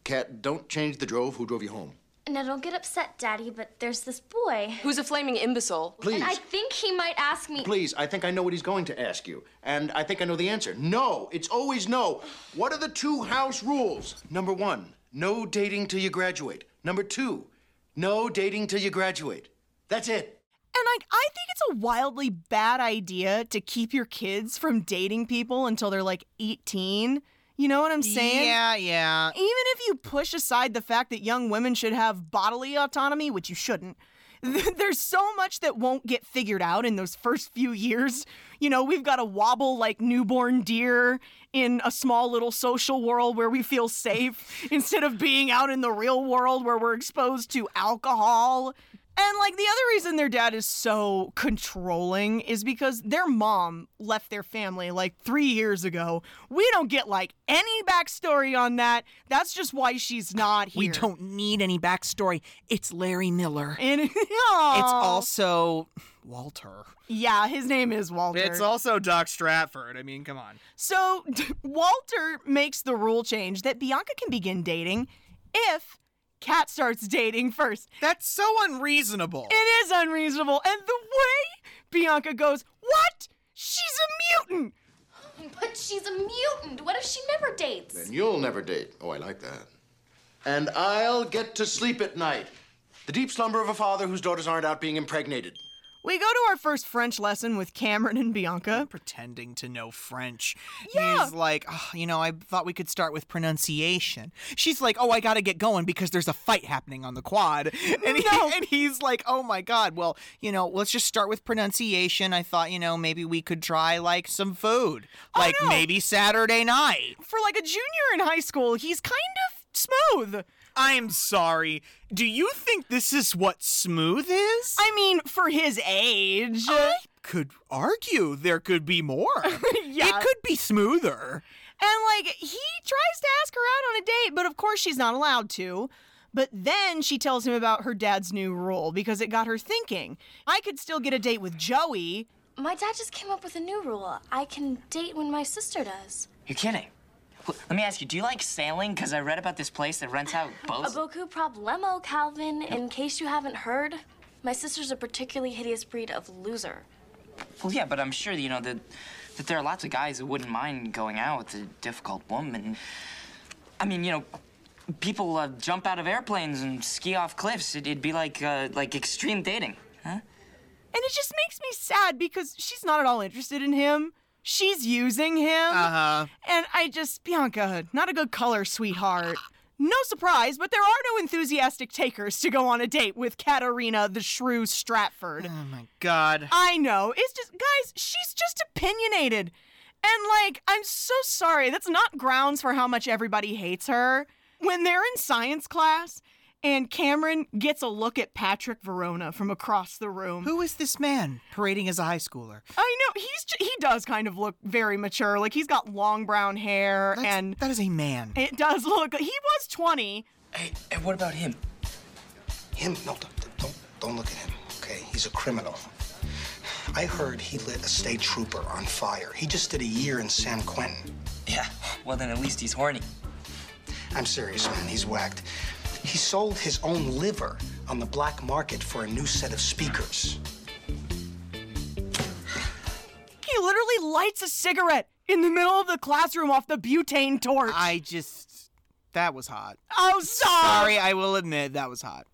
Speaker 13: Cat, don't change the drove. Who drove you home?
Speaker 3: Now, don't get upset, Daddy, but there's this boy.
Speaker 12: Who's a flaming imbecile?
Speaker 13: Please.
Speaker 3: And I think he might ask me.
Speaker 13: Please, I think I know what he's going to ask you. And I think I know the answer. No, it's always no. What are the two house rules? Number one, no dating till you graduate. Number two, no dating till you graduate. That's it.
Speaker 2: And like I think it's a wildly bad idea to keep your kids from dating people until they're like 18. You know what I'm saying?
Speaker 1: Yeah, yeah.
Speaker 2: Even if you push aside the fact that young women should have bodily autonomy, which you shouldn't, *laughs* there's so much that won't get figured out in those first few years. You know, we've got to wobble like newborn deer in a small little social world where we
Speaker 1: *laughs*
Speaker 2: feel safe instead of being out in the real world where we're exposed to alcohol. And like the other reason their dad is so controlling is because their mom left their family like three years ago. We don't get like any backstory on that. That's just why she's not here.
Speaker 1: We don't need any backstory. It's Larry Miller.
Speaker 2: And, *laughs* it's
Speaker 1: It's also Walter.
Speaker 2: yeah, his name is Walter.
Speaker 1: also Doc Stratford. I mean, come on.
Speaker 2: So *laughs* Walter makes the rule change that Bianca can begin dating if Kat starts dating first.
Speaker 1: That's so unreasonable.
Speaker 2: It is unreasonable. And the way Bianca goes, What? She's a mutant.
Speaker 3: But she's a mutant. What if she never dates?
Speaker 13: Then you'll never date. Oh, I like that. And I'll get to sleep at night. The deep slumber of a father whose daughters aren't out being impregnated.
Speaker 2: We go to our first French lesson with Cameron and Bianca.
Speaker 1: Pretending to know French. Yeah. He's like, "Ah, you know, I thought we could start with pronunciation. She's like, oh, I gotta get going because there's a fight happening on the quad. *laughs* And, he, and he's like, oh my God, well, you know, let's just start with pronunciation. I thought, you know, maybe we could try like some food. Like maybe Saturday night.
Speaker 2: For like a junior in high school, he's kind of smooth.
Speaker 1: I'm sorry. Do you think this is what smooth is?
Speaker 2: I mean, for his age.
Speaker 1: Could argue there could be more.
Speaker 2: *laughs* yeah.
Speaker 1: It could be smoother.
Speaker 2: And like he tries to ask her out on a date, but of course she's not allowed to. But then she tells him about her dad's new rule because it got her thinking. I could still get a date with Joey.
Speaker 3: My dad just came up with a new rule. I can date when my sister does.
Speaker 14: You're kidding. Well, Let me ask you, do you like sailing? Because I read about this place that rents out
Speaker 3: A
Speaker 14: boats.
Speaker 3: boku problemo, Calvin. In case you haven't heard, my sister's a particularly hideous breed of loser.
Speaker 14: Well, yeah, but I'm sure, you know, that, that there are lots of guys who wouldn't mind going out with a difficult woman. I mean, you know, people uh, jump out of airplanes and ski off cliffs. It, it'd be like, uh, like extreme dating.
Speaker 2: And it just makes me sad because she's not at all interested in him. She's using him.
Speaker 1: Uh huh.
Speaker 2: And I just, Bianca, not a good color, sweetheart. No surprise, but there are no enthusiastic takers to go on a date with Katarina the Shrew Stratford.
Speaker 1: Oh my God.
Speaker 2: I know. It's just, guys, she's just opinionated. And, like, I'm so sorry. That's not grounds for how much everybody hates her. When they're in science class and Cameron gets a look at Patrick Verona from across the room.
Speaker 1: Who is this man parading as a high schooler?
Speaker 2: I know. He's ju- he does kind of look very mature. Like, he's got long brown hair and.
Speaker 1: That is a man.
Speaker 2: It does look. He was 20.
Speaker 8: And what about him?
Speaker 7: Him? No, don't, don't, don't look at him, okay? He's a criminal. I heard he lit a state trooper on fire. He just did a year in San Quentin.
Speaker 14: Yeah, well, then at least he's horny.
Speaker 7: I'm serious, man. He's whacked. He sold his own liver on the black market for a new set of speakers.
Speaker 2: He literally lights a cigarette in the middle of the classroom off the butane torch.
Speaker 1: I just. That was hot.
Speaker 2: Oh, stop!
Speaker 1: Sorry, I will admit that was hot.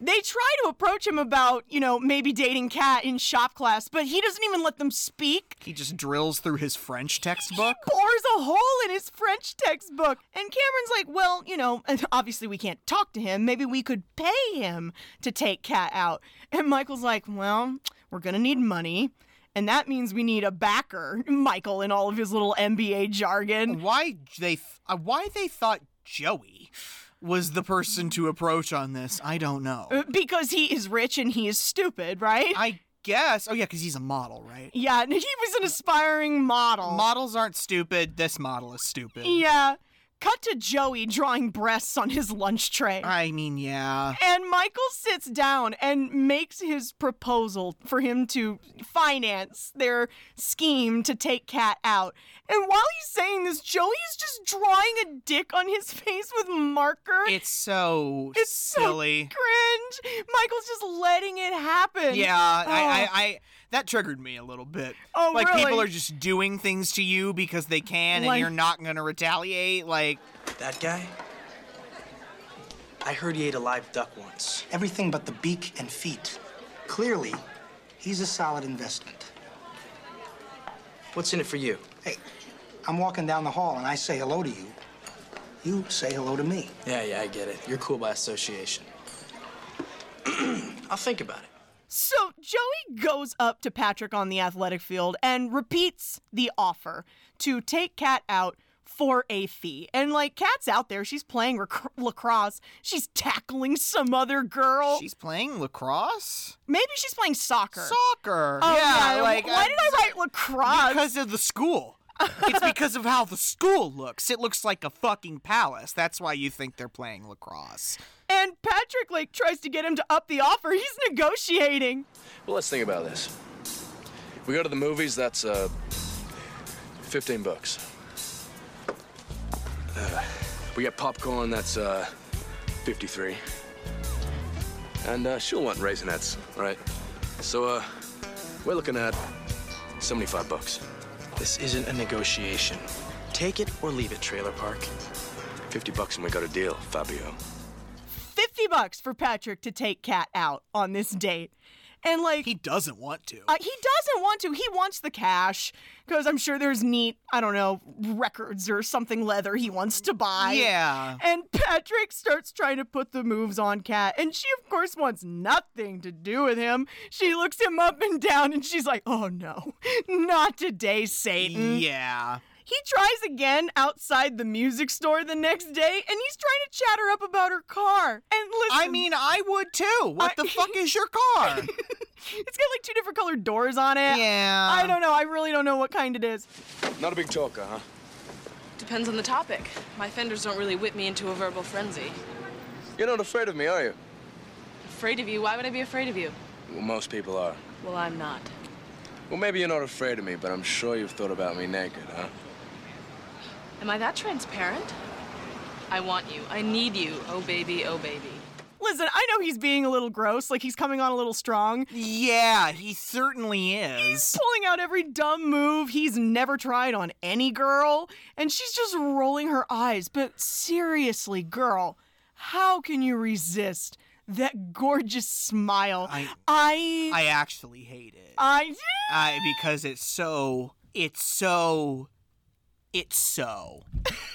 Speaker 2: They try to approach him about, you know, maybe dating Kat in shop class, but he doesn't even let them speak.
Speaker 1: He just drills through his French textbook.
Speaker 2: Bores a hole in his French textbook. And Cameron's like, well, you know, *laughs* obviously we can't talk to him. Maybe we could pay him to take Kat out. And Michael's like, well, we're going to need money. And that means we need a backer, Michael, in all of his little MBA jargon.
Speaker 1: Why they uh, why they thought Joey was the person to approach on this, I don't know.
Speaker 2: Uh, Because he is rich and he is stupid, right?
Speaker 1: I guess. Oh, yeah, because he's a model, right?
Speaker 2: Yeah, *laughs* and he was an aspiring model.
Speaker 1: Models aren't stupid. This model is stupid.
Speaker 2: Oh. Yeah. Cut to Joey drawing breasts on his lunch tray.
Speaker 1: I mean, yeah.
Speaker 2: And Michael sits down and makes his proposal for him to finance their scheme to take Kat out. And while he's saying this, Joey is just drawing a dick on his *laughs* face with marker.
Speaker 1: It's so
Speaker 2: It's so
Speaker 1: silly.
Speaker 2: cringe. Michael's just letting it happen.
Speaker 1: yeah, I, I,
Speaker 2: Oh.
Speaker 1: I, that triggered me a little bit.
Speaker 2: Oh,
Speaker 1: like people
Speaker 2: really?
Speaker 1: are just doing things to you because they can, and
Speaker 2: Like-
Speaker 1: you're not gonna retaliate. Like,
Speaker 11: That guy? I heard he ate a live
Speaker 9: *laughs*
Speaker 11: duck once.
Speaker 5: Everything but the beak and feet. Clearly, he's a solid investment.
Speaker 11: What's in it for you?
Speaker 5: Hey, I'm walking down the hall and I say hello to you. You say hello to me.
Speaker 11: Yeah, yeah, I get it. You're cool by
Speaker 9: *clears throat*
Speaker 11: association. I'll think about it.
Speaker 2: So Joey goes up to Patrick on the athletic field and repeats the offer to take Kat out for a fee. And like Kat's out there, she's playing rac- lacrosse. She's tackling some other girl.
Speaker 1: she's playing lacrosse,
Speaker 2: Maybe she's playing soccer.
Speaker 1: soccer.
Speaker 2: Oh,
Speaker 1: yeah,
Speaker 2: yeah,
Speaker 1: like
Speaker 2: why
Speaker 1: uh,
Speaker 2: did I write lacrosse?
Speaker 1: Because of the school. it's
Speaker 2: *laughs*
Speaker 1: because of how the school looks. It looks like a fucking palace. That's why you think they're playing lacrosse.
Speaker 2: and Patrick like tries to get him to up the offer. He's negotiating.
Speaker 9: Well, let's think about this. We go to the movies, that's uh, 15 bucks. Uh, we get popcorn, that's uh, 53. And uh, she'll want raisinets, right? So uh, we're looking at 75 bucks.
Speaker 8: This isn't a negotiation. Take it or leave it, trailer park.
Speaker 9: 50 bucks and we got a deal, Fabio.
Speaker 2: 50 bucks for Patrick to take Kat out on this date. And like he
Speaker 1: doesn't want to.
Speaker 2: Uh, he doesn't want to. He wants the cash because I'm sure there's neat, I don't know, records or something leather he wants to buy.
Speaker 1: Yeah.
Speaker 2: And Patrick starts trying to put the moves on Kat, and she of course wants nothing to do with him. She looks him up and down, and she's like, "Oh no, not today, Satan."
Speaker 1: Yeah.
Speaker 2: He tries again outside the music store the next day, and he's trying to chat her up about her car. And listen,
Speaker 1: I mean, I would too. What the
Speaker 2: *laughs*
Speaker 1: fuck is your car?
Speaker 2: it's got like two different colored doors on it.
Speaker 1: Yeah.
Speaker 2: I don't know. I really don't know what kind it is.
Speaker 9: Not a big talker, huh?
Speaker 12: Depends on the topic. My fenders don't really whip me into a verbal frenzy.
Speaker 9: You're not afraid of me, are you?
Speaker 12: Afraid of you? Why would I be afraid of you?
Speaker 9: Well, most people are.
Speaker 12: Well, I'm not.
Speaker 9: Well, maybe you're not afraid of me, but I'm sure you've thought about me naked, huh?
Speaker 12: Am I that transparent? I want you. I need you. Oh, baby. Oh, baby.
Speaker 2: Listen, I know he's being a little gross, like he's coming on a little strong.
Speaker 1: Yeah, he certainly is.
Speaker 2: He's pulling out every dumb move he's never tried on any girl, and she's just rolling her eyes. But seriously, girl, how can you resist that gorgeous smile?
Speaker 1: I-
Speaker 2: I
Speaker 1: I actually hate it.
Speaker 2: I
Speaker 1: I because it's so it's so it's so.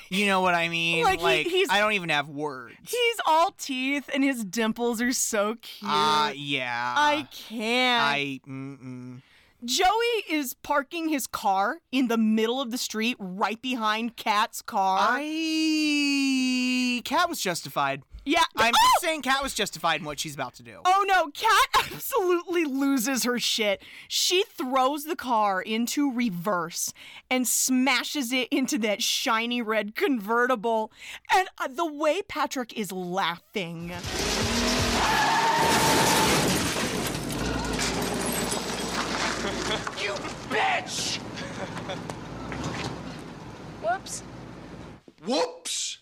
Speaker 1: You know what I mean?
Speaker 2: Like, he- he's-
Speaker 1: I don't even have words.
Speaker 2: he's all teeth and his dimples are so cute.
Speaker 1: Ah, yeah.
Speaker 2: I can't.
Speaker 1: I mm-mm.
Speaker 2: Joey is parking his car in the middle of the street right behind Kat's car.
Speaker 1: I Cat was justified.
Speaker 2: Yeah. *laughs*
Speaker 1: I'm saying Cat was justified in what she's about to do.
Speaker 2: Oh no, Kat *laughs* absolutely loses her shit. She throws the car into reverse and smashes it into that shiny red convertible. And uh, the way Patrick is laughing.
Speaker 6: *laughs* You bitch!
Speaker 12: Whoops.
Speaker 13: Whoops!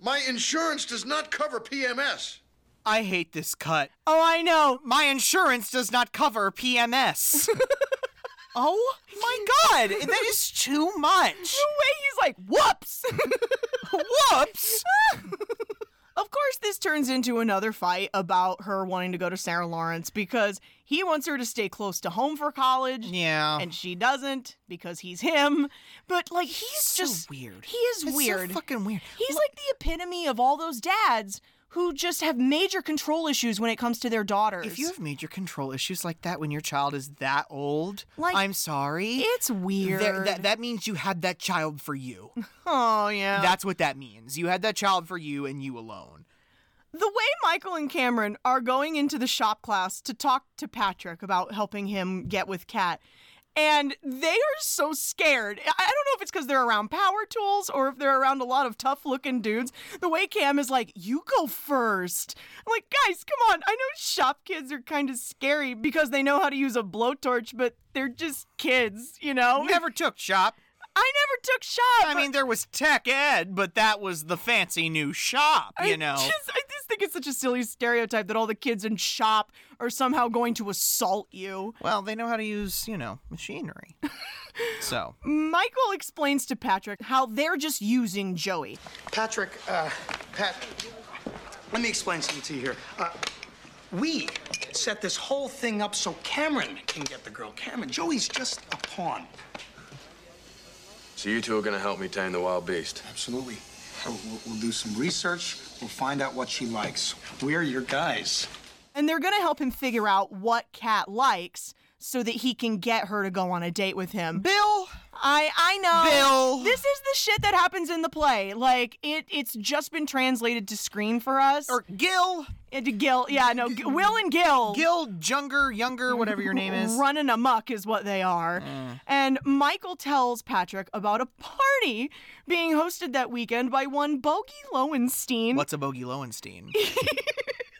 Speaker 13: My insurance does not cover PMS.
Speaker 1: I hate this cut.
Speaker 2: Oh, I know.
Speaker 1: My insurance does not cover PMS. *laughs* oh my god, that is too much.
Speaker 2: The way he's like, whoops!
Speaker 1: *laughs* whoops!
Speaker 2: Of course, this turns into another fight about her wanting to go to Sarah Lawrence because he wants her to stay close to home for college.
Speaker 1: Yeah.
Speaker 2: And she doesn't because he's him. But, like, he's just
Speaker 1: weird.
Speaker 2: He is
Speaker 1: It's so
Speaker 2: weird.
Speaker 1: fucking weird.
Speaker 2: He's like the epitome of all those dads who just have major control issues when it comes to their daughters.
Speaker 1: If you have major control issues like that when your child is that old,
Speaker 2: Like,
Speaker 1: I'm sorry.
Speaker 2: it's weird.
Speaker 1: There- that, that means you had that child for you.
Speaker 2: oh, *laughs* yeah.
Speaker 1: That's what that means. You had that child for you and you alone.
Speaker 2: The way Michael and Cameron are going into the shop class to talk to Patrick about helping him get with Kat, and they are so scared. I I don't know if it's because they're around power tools or if they're around a lot of tough looking dudes. The way Cam is like, you go first. I'm like, guys, come on. I know shop kids are kind of scary because they know how to use a blowtorch, but they're just kids, you know?
Speaker 1: Never took shop.
Speaker 2: *laughs* I never took shop.
Speaker 1: I mean, there was tech ed, but that was the fancy new shop, you know.
Speaker 2: I just, I just think it's such a silly stereotype that all the kids in shop are somehow going to assault you.
Speaker 1: Well, they know how to use, you know, machinery. so,
Speaker 2: Michael explains to Patrick how they're just using Joey.
Speaker 5: Patrick, uh, Pat, let me explain something to you here. Uh, we set this whole thing up so Cameron can get the girl. Cameron, Joey's just a pawn.
Speaker 9: So you two are gonna help me tame the wild beast.
Speaker 5: Absolutely. We'll, we'll do some research. We'll find out what she likes. We're your guys.
Speaker 2: And they're going to help him figure out what Kat likes so that he can get her to go on a date with him.
Speaker 1: Bill,
Speaker 2: I I know.
Speaker 1: Bill.
Speaker 2: This is the shit that happens in the play. Like it it's just been translated to screen for us. Or
Speaker 1: Gil.
Speaker 2: Into Gil. Yeah, no, G- Will and Gil.
Speaker 1: Gil Junger, Younger, whatever your name is. Eh.
Speaker 2: Running amok is what they are. And Michael tells Patrick about a party being hosted that weekend by one Bogey Lowenstein.
Speaker 1: what's a Bogey Lowenstein?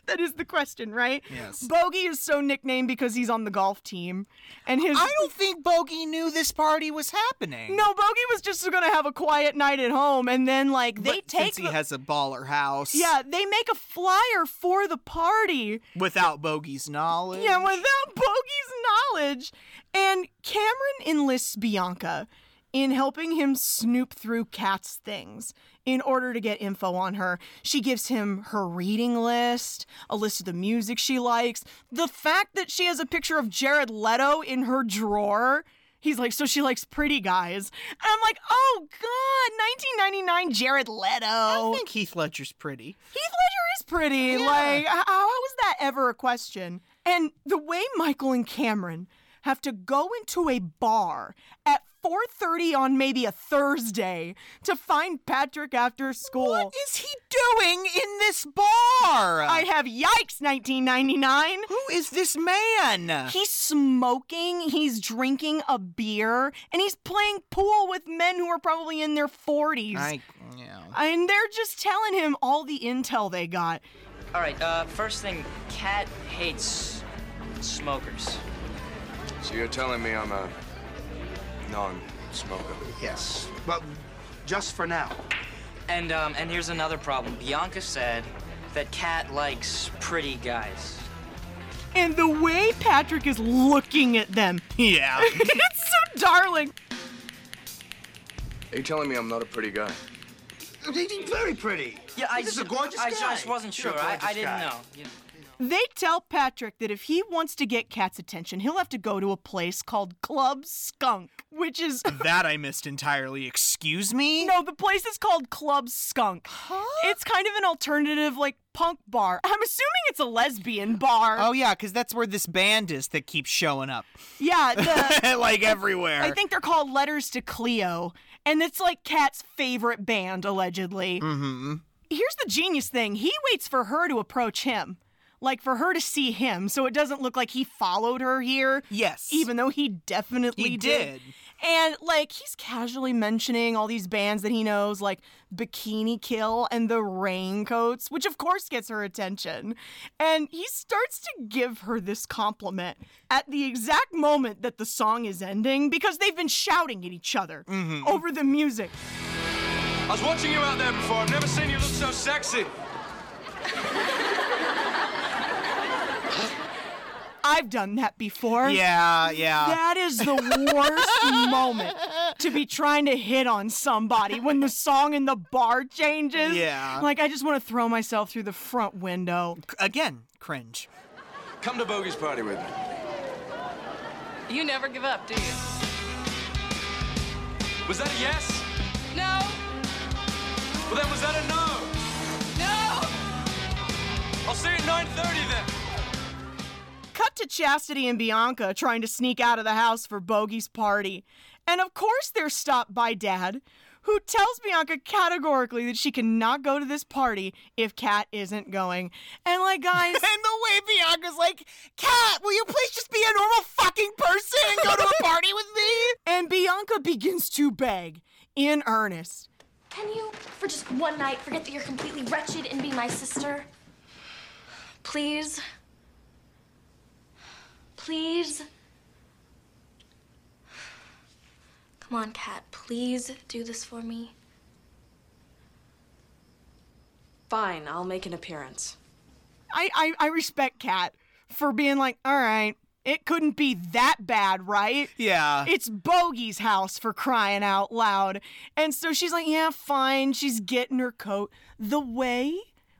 Speaker 2: that is the question, right?
Speaker 1: Yes.
Speaker 2: Bogey is so nicknamed because he's on the golf team, and his.
Speaker 1: I don't think Bogey knew this party was happening.
Speaker 2: No, Bogey was just gonna have a quiet night at home, and then like they
Speaker 1: But
Speaker 2: take.
Speaker 1: since he
Speaker 2: the-
Speaker 1: has a baller house.
Speaker 2: yeah, they make a flyer for the party.
Speaker 1: Without Bogey's knowledge.
Speaker 2: Yeah, without Bogey's knowledge. And Cameron enlists Bianca in helping him snoop through Kat's things in order to get info on her. She gives him her reading list, a list of the music she likes, the fact that she has a picture of Jared Leto in her drawer. He's like, so she likes pretty guys. And I'm like, oh God, 1999 Jared Leto. I
Speaker 1: think Heath Ledger's pretty.
Speaker 2: Heath Ledger is pretty.
Speaker 1: Oh, Yeah.
Speaker 2: Like, h- how was that ever a question? And the way Michael and Cameron have to go into a bar at 4:30 on maybe a Thursday to find Patrick after school. What
Speaker 1: is he doing in this bar?
Speaker 2: I have yikes 1999.
Speaker 1: Who is this man?
Speaker 2: He's smoking, he's drinking a beer, and he's playing pool with men who are probably in their 40s.
Speaker 1: I, yeah.
Speaker 2: And they're just telling him all the intel they got.
Speaker 14: All right, uh, first thing, Cat hates smokers.
Speaker 9: So you're telling me I'm a non-smoker?
Speaker 5: Yes. But just for now.
Speaker 14: And, um, and here's another problem. Bianca said that Cat likes pretty guys.
Speaker 2: And the way Patrick is looking at them.
Speaker 1: Yeah.
Speaker 2: *laughs* it's so darling.
Speaker 9: Are you telling me I'm not a pretty guy?
Speaker 5: He's very pretty.
Speaker 14: Yeah, I
Speaker 5: He's
Speaker 14: ju-
Speaker 5: a gorgeous
Speaker 14: I
Speaker 5: guy.
Speaker 14: just wasn't
Speaker 5: You're
Speaker 14: sure.
Speaker 5: a
Speaker 14: I,
Speaker 5: gorgeous
Speaker 14: I didn't
Speaker 5: guy.
Speaker 14: know. You-
Speaker 2: They tell Patrick that if he wants to get Cat's attention, he'll have to go to a place called Club Skunk, which is.
Speaker 1: That I missed entirely. Excuse me?
Speaker 2: No, the place is called Club Skunk. Huh? It's kind of an alternative, like, punk bar. I'm assuming it's a lesbian bar.
Speaker 1: Oh, yeah, because that's where this band is that keeps showing up.
Speaker 2: Yeah,
Speaker 1: *laughs*
Speaker 2: the,
Speaker 1: Like everywhere.
Speaker 2: I think they're called Letters to Cleo, and it's like Cat's favorite band, allegedly.
Speaker 1: Mm-hmm.
Speaker 2: Here's the genius thing he waits for her to approach him, like for her to see him, so it doesn't look like he followed her here.
Speaker 1: Yes.
Speaker 2: Even though he definitely
Speaker 1: He did.
Speaker 2: And like he's casually mentioning all these bands that he knows, like Bikini Kill and the Raincoats, which of course gets her attention. And he starts to give her this compliment at the exact moment that the song is ending because they've been shouting at each other
Speaker 9: Mhm.
Speaker 2: over the music.
Speaker 9: I was watching you out there before. I've never seen you look so sexy.
Speaker 2: I've done that before.
Speaker 1: Yeah, yeah.
Speaker 2: That is the
Speaker 1: *laughs*
Speaker 2: worst moment to be trying to hit on somebody when the song in the bar changes.
Speaker 1: Yeah.
Speaker 2: Like, I just want to throw myself through the front window.
Speaker 1: Again, cringe.
Speaker 9: Come to Bogey's party with me.
Speaker 12: You never give up, do you?
Speaker 9: Was that a yes?
Speaker 12: No,
Speaker 9: Well, then was that a no?
Speaker 12: no.
Speaker 9: I'll see you at 9.30 then.
Speaker 2: Cut to Chastity and Bianca trying to sneak out of the house for Bogey's party. And of course, they're stopped by Dad, who tells Bianca categorically that she cannot go to this party if Kat isn't going. And, like,
Speaker 1: *laughs*
Speaker 2: guys.
Speaker 1: And the way Bianca's like, Cat, will you please just be a normal fucking person and go to a party with me?
Speaker 2: *laughs* And Bianca begins to beg in earnest.
Speaker 3: Can you, for just one night, forget that you're completely wretched and be my sister? Please? Please? Come on, Kat, please do this for me.
Speaker 15: Fine, I'll make an appearance.
Speaker 2: I, I, I respect Kat for being like, all right, it couldn't be that bad, right?
Speaker 1: Yeah.
Speaker 2: It's Bogey's house for crying out loud. And so she's like, yeah, fine. She's getting her coat. The way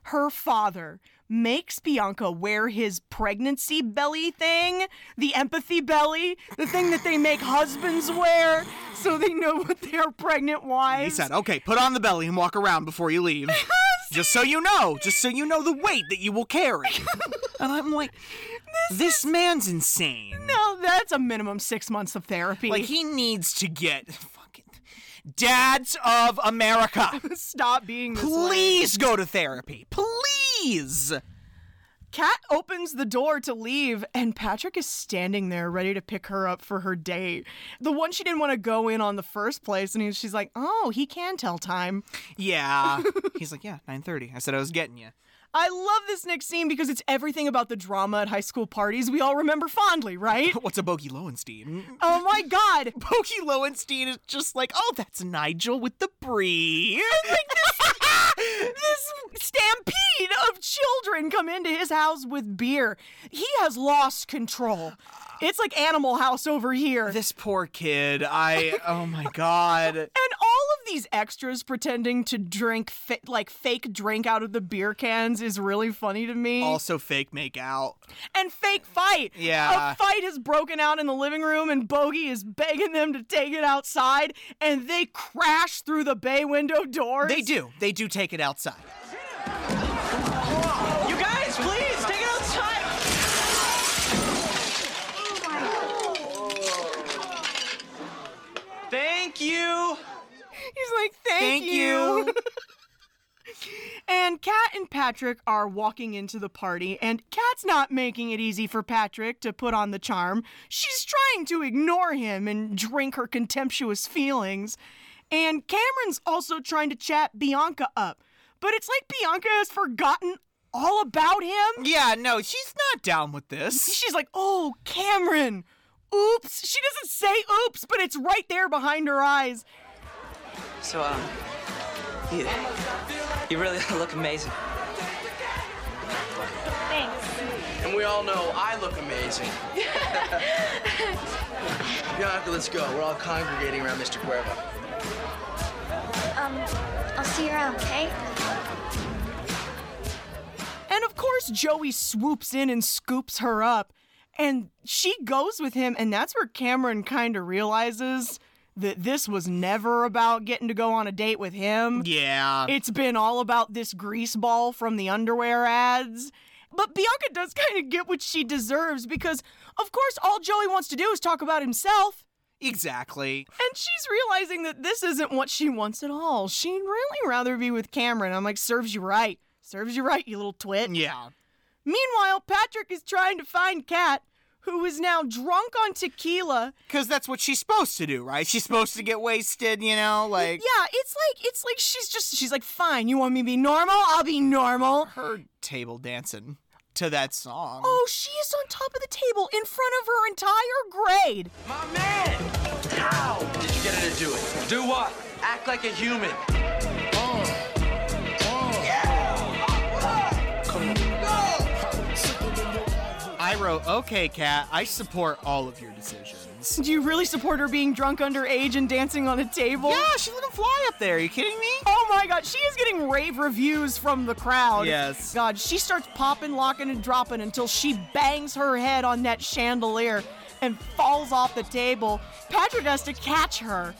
Speaker 2: her father makes Bianca wear his pregnancy belly thing, the empathy belly, the thing that they make husbands wear so they know what their pregnant
Speaker 1: He
Speaker 2: wives
Speaker 1: said, okay, put on the belly and walk around before you
Speaker 2: *laughs*
Speaker 1: leave. just so you know, just so you know the weight that you will
Speaker 2: *laughs*
Speaker 1: carry. and I'm like, this, man's insane.
Speaker 2: No, that's a minimum six months of therapy.
Speaker 1: Like, he needs to get fucking dads of
Speaker 2: *laughs*
Speaker 1: America.
Speaker 2: Stop being this way.
Speaker 1: Please go to therapy. Please.
Speaker 2: Kat opens the door to leave, and Patrick is standing there ready to pick her up for her date. The one she didn't want to go in on the first place, and he- she's like, oh, he can tell time.
Speaker 1: Yeah. He's like, yeah, 9:30. I said I was getting you.
Speaker 2: I love this next scene because it's everything about the drama at high school parties we all remember
Speaker 1: *laughs*
Speaker 2: fondly, right?
Speaker 1: What's a Bogey Lowenstein? *laughs*
Speaker 2: Oh my god!
Speaker 1: Pokey Lowenstein is just like, oh, that's Nigel with the
Speaker 2: *laughs*
Speaker 1: brie.
Speaker 2: this stampede of children come into his house with beer. He has lost control. It's like Animal House over here.
Speaker 1: This poor kid. I. Oh my
Speaker 2: *laughs*
Speaker 1: god.
Speaker 2: And all of these extras pretending to drink fa- like fake drink out of the beer cans is really funny to me.
Speaker 1: Also, fake make out.
Speaker 2: and fake fight.
Speaker 1: Yeah.
Speaker 2: A fight has broken out in the living room, and Bogey is begging them to take it outside, and they crash through the bay window doors.
Speaker 1: They do. They do take it outside.
Speaker 8: You guys, please, take it outside.
Speaker 2: Thank you. He's like,
Speaker 8: Thank
Speaker 1: *laughs*
Speaker 2: thank,
Speaker 8: you."
Speaker 2: and Kat and Patrick are walking into the party, and Kat's not making it easy for Patrick to put on the charm. She's trying to ignore him and drink her contemptuous feelings. And Cameron's also trying to chat Bianca up, but it's like Bianca has forgotten all about him.
Speaker 1: Yeah, no, she's not down with this.
Speaker 2: *laughs* She's like, oh, Cameron. Oops. She doesn't say oops, but it's right there behind her eyes.
Speaker 14: So, um, you, you really *laughs* look amazing.
Speaker 8: And we all know I look amazing. Bianca, let's go. We're all congregating around Mr. Cuervo.
Speaker 3: *laughs* Um, I'll see you around, okay?
Speaker 2: And of course, Joey swoops in and scoops her up. And she goes with him, and that's where Cameron kind of realizes that this was never about getting to go on a date with him.
Speaker 1: Yeah.
Speaker 2: It's been all about this grease ball from the underwear ads. But Bianca does kind of get what she deserves because, of course, all Joey wants to do is talk about himself.
Speaker 1: Exactly.
Speaker 2: And she's realizing that this isn't what she wants at all. She'd really rather be with Cameron. I'm like, serves you right. Serves you right, you little twit.
Speaker 1: Yeah.
Speaker 2: Meanwhile, Patrick is trying to find Kat, who is now drunk on tequila.
Speaker 1: Because that's what she's supposed to do, right? She's supposed to get wasted, you know? Like,
Speaker 2: *laughs* Yeah, it's like it's like she's just she's like, fine, you want me to be normal? I'll be normal.
Speaker 1: Her um, table dancing to that song.
Speaker 2: Oh, she is on top of the table in front of her entire grade. My man!
Speaker 8: How did you get her to do it? Do what? Act like a *laughs* human.
Speaker 1: I wrote, okay, Kat, I support all of your decisions.
Speaker 2: Do you really support her being drunk underage and dancing on a table?
Speaker 1: Yeah, she let him fly up there. Are you kidding me?
Speaker 2: Oh my god, she is getting rave reviews from the crowd.
Speaker 1: Yes.
Speaker 2: God, she starts popping, locking, and dropping until she bangs her head on that chandelier and falls off the table. Patrick has to catch her.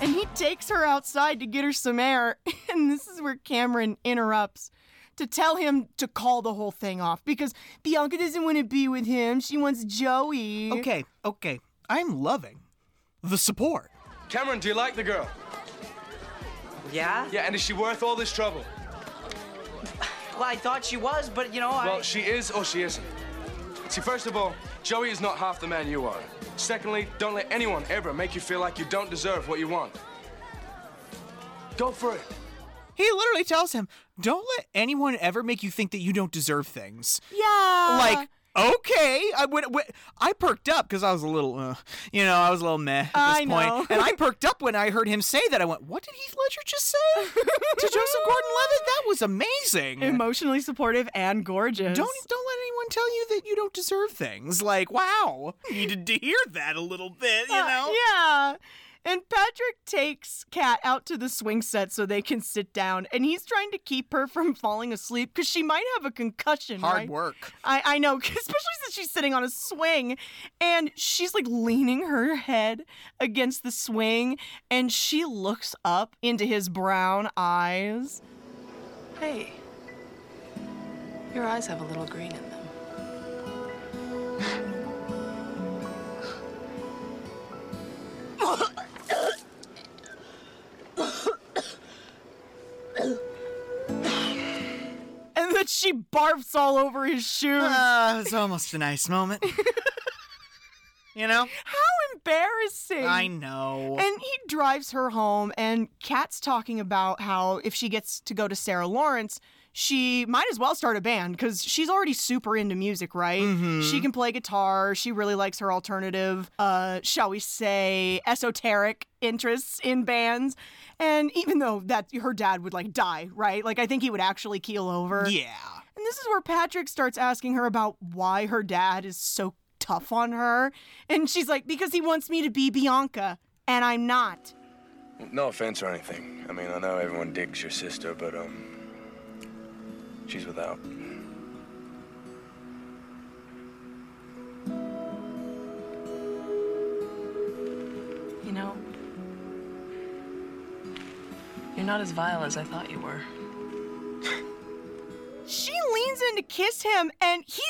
Speaker 2: And he takes her outside to get her some air. *laughs* And this is where Cameron interrupts to tell him to call the whole thing off because Bianca doesn't want to be with him. She wants Joey.
Speaker 1: Okay, okay. I'm loving the support.
Speaker 16: Cameron, do you like the girl?
Speaker 14: Yeah?
Speaker 16: Yeah, and is she worth all this trouble?
Speaker 14: Well, I thought she was, but you know, I.
Speaker 16: Well, she is or she isn't. See, first of all, Joey is not half the man you are. Secondly, don't let anyone ever make you feel like you don't deserve what you want. Go for it.
Speaker 1: He literally tells him, don't let anyone ever make you think that you don't deserve things.
Speaker 2: Yeah.
Speaker 1: Like, okay. I, when, when, I perked up because I was a little, uh, you know, I was a little meh at this
Speaker 2: I
Speaker 1: point.
Speaker 2: know.
Speaker 1: And
Speaker 2: *laughs*
Speaker 1: I perked up when I heard him say that. I went, what did Heath Ledger just say to Joseph Gordon Levitt? That was amazing.
Speaker 2: Emotionally supportive and gorgeous.
Speaker 1: Don't don't let anyone tell you that you don't deserve things. Like, wow, needed to hear that a little bit, *laughs* you
Speaker 2: Uh,
Speaker 1: know?
Speaker 2: yeah. And Patrick takes Kat out to the swing set so they can sit down, and he's trying to keep her from falling asleep because she might have a concussion.
Speaker 1: Hard
Speaker 2: right?
Speaker 1: work.
Speaker 2: I, I know, *laughs* especially since she's sitting on a swing, and she's like leaning her head against the swing, and she looks up into his brown eyes.
Speaker 12: Hey, your eyes have a little green in them.
Speaker 2: she barfs all over his shoes.
Speaker 1: Uh, it's almost a nice
Speaker 2: *laughs*
Speaker 1: moment. you know?
Speaker 2: How embarrassing.
Speaker 1: I know.
Speaker 2: And he drives her home, and Kat's talking about how if she gets to go to Sarah Lawrence, she might as well start a band because she's already super into music, right?
Speaker 1: Mhm.
Speaker 2: She can play guitar. She really likes her alternative, uh, shall we say, esoteric interests in bands. And even though that her dad would like die, right? Like I think he would actually keel over.
Speaker 1: Yeah.
Speaker 2: And this is where Patrick starts asking her about why her dad is so tough on her. And she's like, because he wants me to be Bianca, and I'm not.
Speaker 9: No offense or anything. I mean, I know everyone digs your sister, but, um, she's without.
Speaker 12: You know, you're not as vile as I thought you were.
Speaker 2: She leans in to kiss him, and he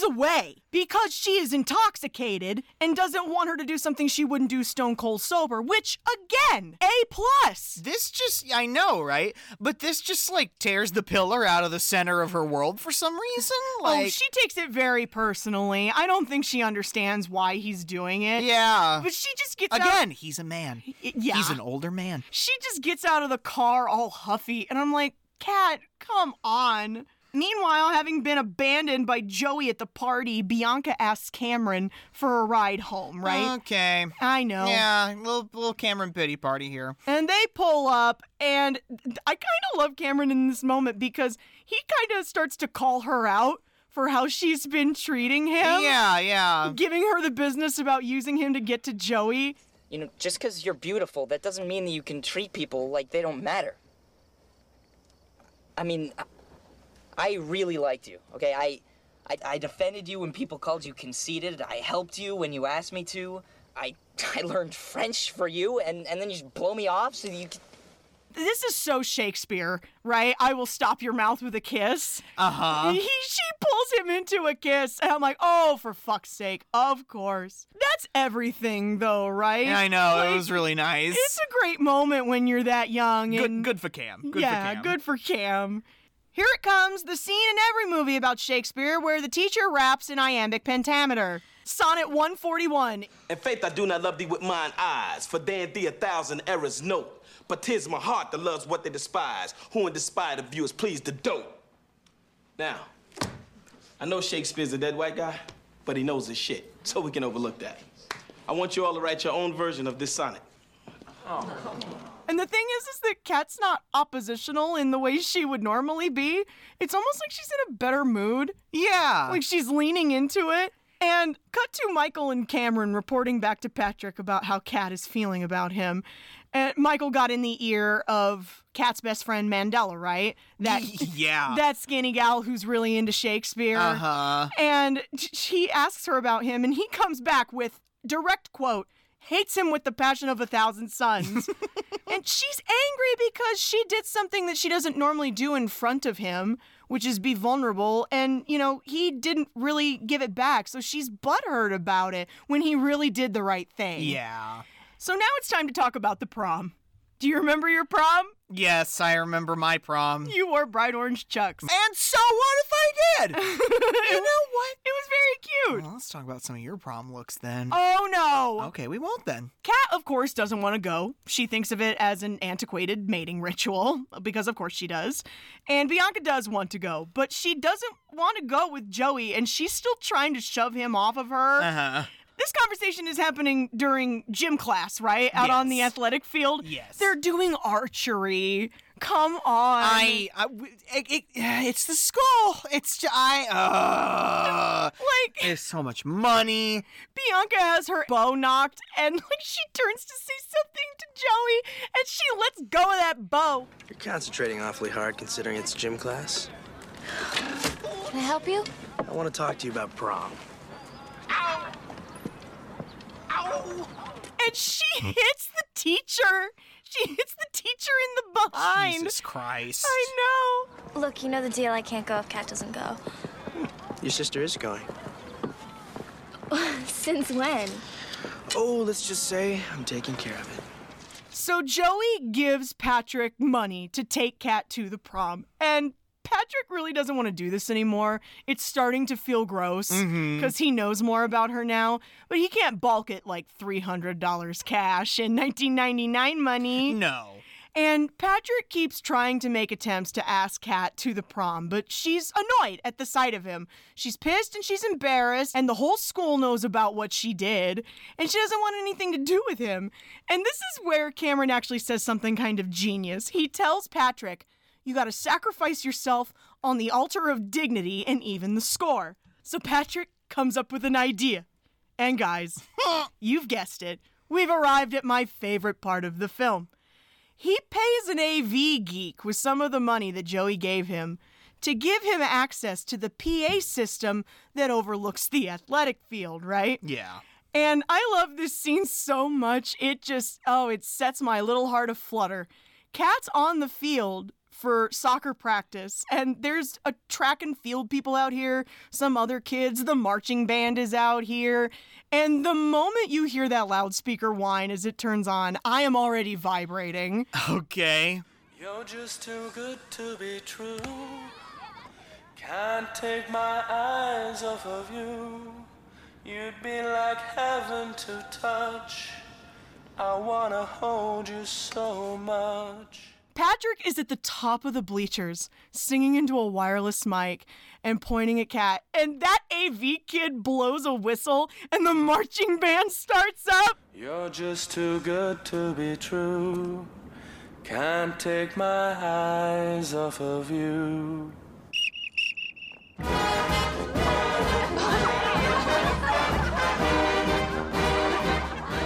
Speaker 2: leans away because she is intoxicated and doesn't want her to do something she wouldn't do stone cold sober, which, again, A plus.
Speaker 1: This just, I know, right? But this just like tears the pillar out of the center of her world for some reason. Like,
Speaker 2: *laughs* oh, she takes it very personally. I don't think she understands why he's doing it.
Speaker 1: Yeah.
Speaker 2: But she just gets out-
Speaker 1: Again, he's a man.
Speaker 2: yeah.
Speaker 1: He's an older man.
Speaker 2: She just gets out of the car all huffy, and I'm like, Kat, come on. Meanwhile, having been abandoned by Joey at the party, Bianca asks Cameron for a ride home, right?
Speaker 1: Okay.
Speaker 2: I know.
Speaker 1: Yeah, little little Cameron pity party here.
Speaker 2: And they pull up, and I kind of love Cameron in this moment because he kind of starts to call her out for how she's been treating him.
Speaker 1: Yeah, yeah.
Speaker 2: Giving her the business about using him to get to Joey.
Speaker 14: You know, just because you're beautiful, that doesn't mean that you can treat people like they don't matter. I mean, I- I really liked you, okay? I, I, I defended you when people called you conceited. I helped you when you asked me to. I, *laughs* I learned French for you, and, and then you just blow me off so that you can.
Speaker 2: This is so Shakespeare, right? I will stop your mouth with a kiss.
Speaker 1: Uh-huh.
Speaker 2: He, she pulls him into a kiss, and I'm like, oh, for fuck's sake, of course. That's everything, though, right?
Speaker 1: I know, it
Speaker 2: Like,
Speaker 1: was really nice.
Speaker 2: It's a great moment when you're that young.
Speaker 1: Good-
Speaker 2: and
Speaker 1: good for Cam. Good for
Speaker 2: yeah,
Speaker 1: Cam.
Speaker 2: good for Cam. Here it comes, the scene in every movie about Shakespeare where the teacher raps in iambic pentameter. Sonnet 141.
Speaker 11: In faith, I do not love thee with mine eyes, for than thee a thousand errors know. But 'tis my heart that loves what they despise, who in despite of you is pleased to dote. Now, I know Shakespeare's a dead white guy, but he knows his shit, so we can overlook that. I want you all to write your own version of this sonnet.
Speaker 2: And the thing is, is that Kat's not oppositional in the way she would normally be. It's almost like she's in a better mood.
Speaker 1: Yeah.
Speaker 2: Like she's leaning into it. And cut to Michael and Cameron reporting back to Patrick about how Kat is feeling about him. And Michael got in the ear of Kat's best friend Mandela, right? That
Speaker 1: Yeah.
Speaker 2: that skinny gal who's really into Shakespeare.
Speaker 1: Uh-huh.
Speaker 2: And she asks her about him, and he comes back with direct quote, hates him with the passion of a thousand
Speaker 1: *laughs*
Speaker 2: suns. and she's angry because she did something that she doesn't normally do in front of him, which is be vulnerable. And, you know, he didn't really give it back. So she's butthurt about it when he really did the right thing.
Speaker 1: Yeah.
Speaker 2: So now it's time to talk about the prom. Do you remember your prom?
Speaker 1: Yes, I remember my prom.
Speaker 2: You wore bright orange chucks.
Speaker 1: And so what
Speaker 2: *laughs*
Speaker 1: if I did?
Speaker 2: you know what? It was very cute.
Speaker 1: Well, let's talk about some of your prom looks then.
Speaker 2: Oh no.
Speaker 1: Okay, we won't
Speaker 2: *laughs*
Speaker 1: then.
Speaker 2: Kat, of course, doesn't want to go. She thinks of it as an antiquated mating ritual, because of course she does. And Bianca does want to go, but she doesn't want to go with Joey, and she's still trying to shove him off of her.
Speaker 1: Uh-huh.
Speaker 2: This conversation is happening during gym class, right? Out on the athletic field. Yes. They're doing archery. Come on.
Speaker 1: I, I w- it, it- it's the school. It's j- I uh
Speaker 2: like
Speaker 1: there's so much money.
Speaker 2: Bianca has her bow knocked, and like she turns to say something to Joey, and she lets go of that bow.
Speaker 8: You're concentrating awfully hard considering it's gym class.
Speaker 3: Can I help you?
Speaker 8: I want to talk to you about prom.
Speaker 2: And she hits the teacher. She hits the teacher in the behind.
Speaker 1: Jesus Christ.
Speaker 2: I know.
Speaker 3: Look, you know the deal. I can't go if Kat doesn't go. *laughs*
Speaker 8: Your sister is going.
Speaker 3: Since when?
Speaker 8: Oh, let's just say I'm taking care of it.
Speaker 2: So Joey gives Patrick money to take Kat to the prom, and Patrick really doesn't want to do this anymore. It's starting to feel gross because
Speaker 1: Mhm.
Speaker 2: he knows more about her now, but he can't balk at like $300 cash in 1999 money.
Speaker 1: No.
Speaker 2: And Patrick keeps trying to make attempts to ask Kat to the prom, but she's annoyed at the sight of him. She's pissed and she's embarrassed, and the whole school knows about what she did, and she doesn't want anything to do with him. And this is where Cameron actually says something kind of genius. He tells Patrick, You gotta sacrifice yourself on the altar of dignity and even the score. So Patrick comes up with an idea. And guys, you've guessed it, we've arrived at my favorite part of the film. He pays an AV geek with some of the money that Joey gave him to give him access to the PA system that overlooks the athletic field, right?
Speaker 1: Yeah.
Speaker 2: And I love this scene so much. It just, oh, it sets my little heart aflutter. Cat's on the field for soccer practice, and there's a track and field people out here, some other kids, the marching band is out here. And the moment you hear that loudspeaker whine as it turns on, I am already vibrating.
Speaker 1: Okay.
Speaker 8: You're just too good to be true. Can't take my eyes off of you. You'd be like heaven to touch. I wanna hold you so much.
Speaker 2: Patrick is at the top of the bleachers, singing into a wireless mic and pointing at Kat. And that AV kid blows a whistle, and the marching band starts up.
Speaker 8: You're just too good to be true. Can't take my eyes off of you.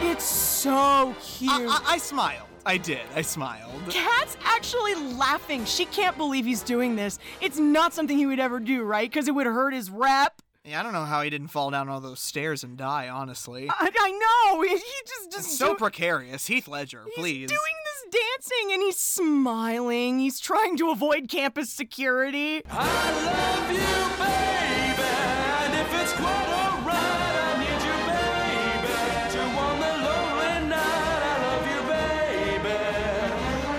Speaker 2: It's so cute.
Speaker 1: I, I smiled. I did. I smiled.
Speaker 2: Kat's actually laughing. She can't believe he's doing this. It's not something he would ever do, right? Because it would hurt his rep.
Speaker 1: Yeah, I don't know how he didn't fall down all those stairs and die, honestly.
Speaker 2: I, I know. *laughs* He just Uh, just
Speaker 1: so
Speaker 2: do-
Speaker 1: precarious. Heath Ledger, please.
Speaker 2: doing this dancing, and he's smiling. He's trying to avoid campus security.
Speaker 8: And if it's quite alright, I need you, baby. To warm the lonely night, I love you, baby.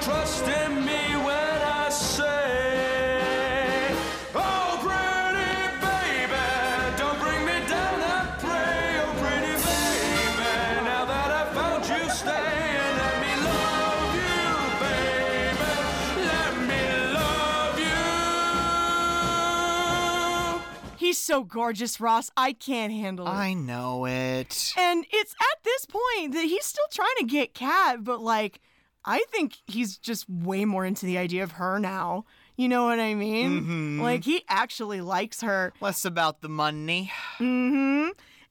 Speaker 8: Trust in me when I say, Oh, pretty baby, don't bring me down, I pray. Oh, pretty baby, now that I've found you, stay and let me love you, baby. Let me love you.
Speaker 2: He's so gorgeous, Ross. I can't handle it.
Speaker 1: I know it.
Speaker 2: And it's at this point that he's still trying to get Kat, but like, I think he's just way more into the idea of her now. You know what I mean?
Speaker 1: Mhm.
Speaker 2: Like, he actually likes her.
Speaker 1: Less about the money.
Speaker 2: Mm hmm.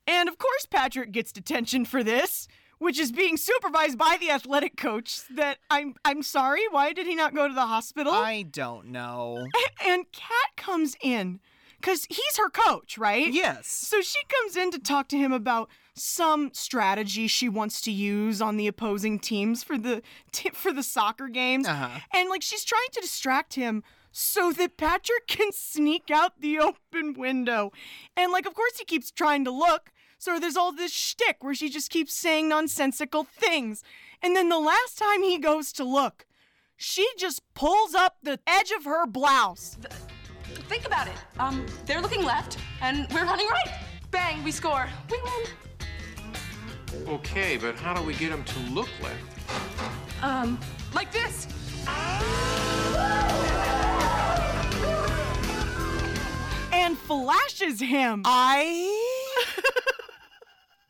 Speaker 2: And of course, Patrick gets detention for this, which is being supervised by the athletic coach. That I'm, I'm sorry, why did he not go to the hospital?
Speaker 1: I don't know.
Speaker 2: And Kat comes in because he's her coach, right?
Speaker 1: Yes.
Speaker 2: So she comes in to talk to him about some strategy she wants to use on the opposing teams for the t- for the soccer games,
Speaker 1: Uh-huh.
Speaker 2: and like she's trying to distract him so that Patrick *laughs* can sneak out the open window, and like of course he keeps trying to look. So there's all this shtick where she just keeps saying nonsensical things, and then the last time he goes to look, she just pulls up the edge of her blouse.
Speaker 17: Think about it. Um, they're looking left, and we're running right. Bang, we score. We win.
Speaker 18: Okay, but how do we get him to look left?
Speaker 17: Um, like this.
Speaker 2: and flashes him.
Speaker 1: I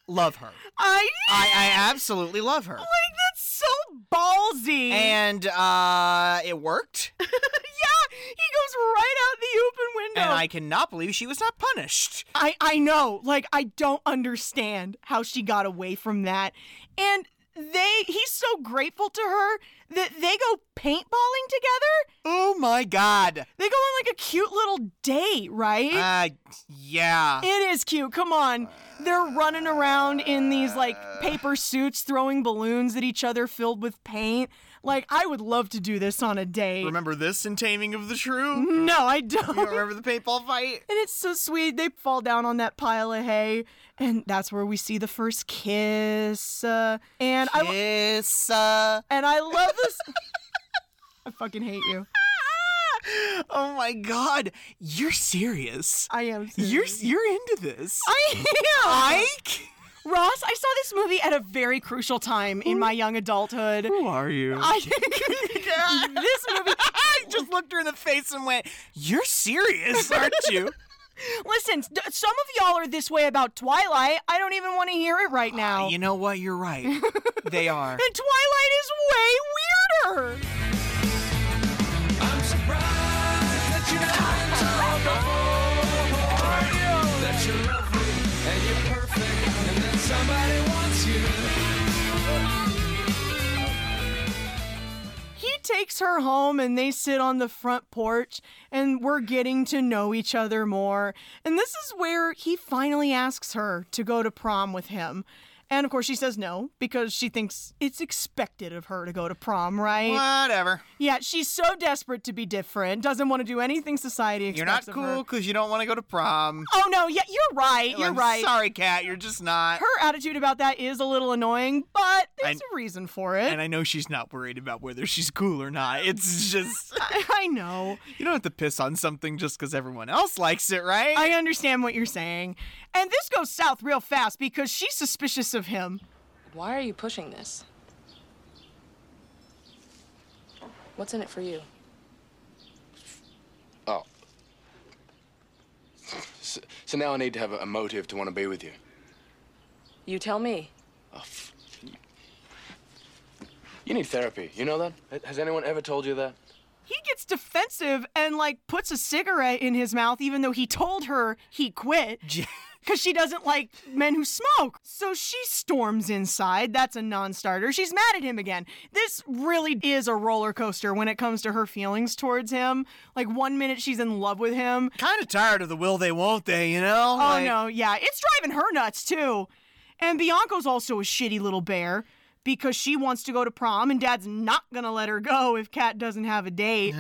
Speaker 1: Love her.
Speaker 2: I
Speaker 1: I, I absolutely love her.
Speaker 2: like that's so ballsy.
Speaker 1: And uh it worked.
Speaker 2: *laughs* yeah, he goes right out the open window.
Speaker 1: And I cannot believe she was not punished.
Speaker 2: I I know. Like I don't understand how she got away from that. And they he's so grateful to her that they go paintballing together.
Speaker 1: Oh my god.
Speaker 2: They go on like a cute little date, right?
Speaker 1: Uh yeah.
Speaker 2: It is cute. Come on. They're running around in these like paper suits, throwing balloons at each other filled with paint. Like, I would love to do this on a date.
Speaker 1: Remember this in Taming of the Shrew?
Speaker 2: No, I don't.
Speaker 1: remember the paintball fight?
Speaker 2: And it's so sweet. They fall down on that pile of hay, and that's where we see the first kiss. Uh, and I
Speaker 1: kiss. Uh...
Speaker 2: And I love this. I fucking hate you.
Speaker 1: *gasps* Oh my god, you're serious.
Speaker 2: I am.
Speaker 1: Serious. You're you're into this.
Speaker 2: I am.
Speaker 1: Ike?
Speaker 2: Ross, I saw this movie at a very crucial time in my young adulthood. Who
Speaker 1: are you?
Speaker 2: *laughs* I this movie.
Speaker 1: I just looked her in the face and went, "You're serious, *laughs* aren't you?"
Speaker 2: Listen, d- some of y'all are this way about Twilight. I don't even want to hear it right now.
Speaker 1: Ah, You know what? You're *laughs* right. They are.
Speaker 2: And Twilight is way weirder.
Speaker 8: I'm
Speaker 19: Oh,
Speaker 8: surprised that you haven't told the whole world that you're lovely and you're perfect and that somebody wants you.
Speaker 2: He takes her home and they sit on the front porch and we're getting to know each other more. And this is where he finally asks her to go to prom with him. And of course, she says no because she thinks it's expected of her to go to prom, right?
Speaker 1: Whatever.
Speaker 2: Yeah, she's so desperate to be different, doesn't want to do anything society
Speaker 1: You're not
Speaker 2: expects of her.
Speaker 1: cool because you don't want to go to prom.
Speaker 2: Oh no, yeah, you're right. You're
Speaker 1: I'm
Speaker 2: right.
Speaker 1: Sorry, Kat, you're just not.
Speaker 2: Her attitude about that is a little annoying, but there's
Speaker 1: I-
Speaker 2: a reason for it.
Speaker 1: and I know she's not worried about whether she's cool or not.
Speaker 2: *laughs*
Speaker 1: It's just
Speaker 2: I, I know.
Speaker 1: you don't have to piss on something just because everyone else likes it, right?
Speaker 2: I understand what you're saying. And this goes south real fast because she's suspicious of him.
Speaker 17: Why are you pushing this? What's in it for you?
Speaker 9: Oh. So, so now I need to have a a motive to want to be with you.
Speaker 17: You tell me.
Speaker 9: You need therapy. You know that? Ha- Has anyone ever told you that?
Speaker 2: He gets defensive and like puts a cigarette in his mouth even though he told her
Speaker 1: *laughs*
Speaker 2: he quit. Because she doesn't like men who smoke. So she storms inside. That's a non starter. She's mad at him again. This really is a roller coaster when it comes to her feelings towards him. Like, one minute she's in love with him.
Speaker 1: Kind of tired of the will they, won't they, you know?
Speaker 2: Oh no, yeah, it's driving her nuts too. And Bianco's also a shitty little bear because she wants to go to prom and dad's not gonna let her go if Kat doesn't have a date.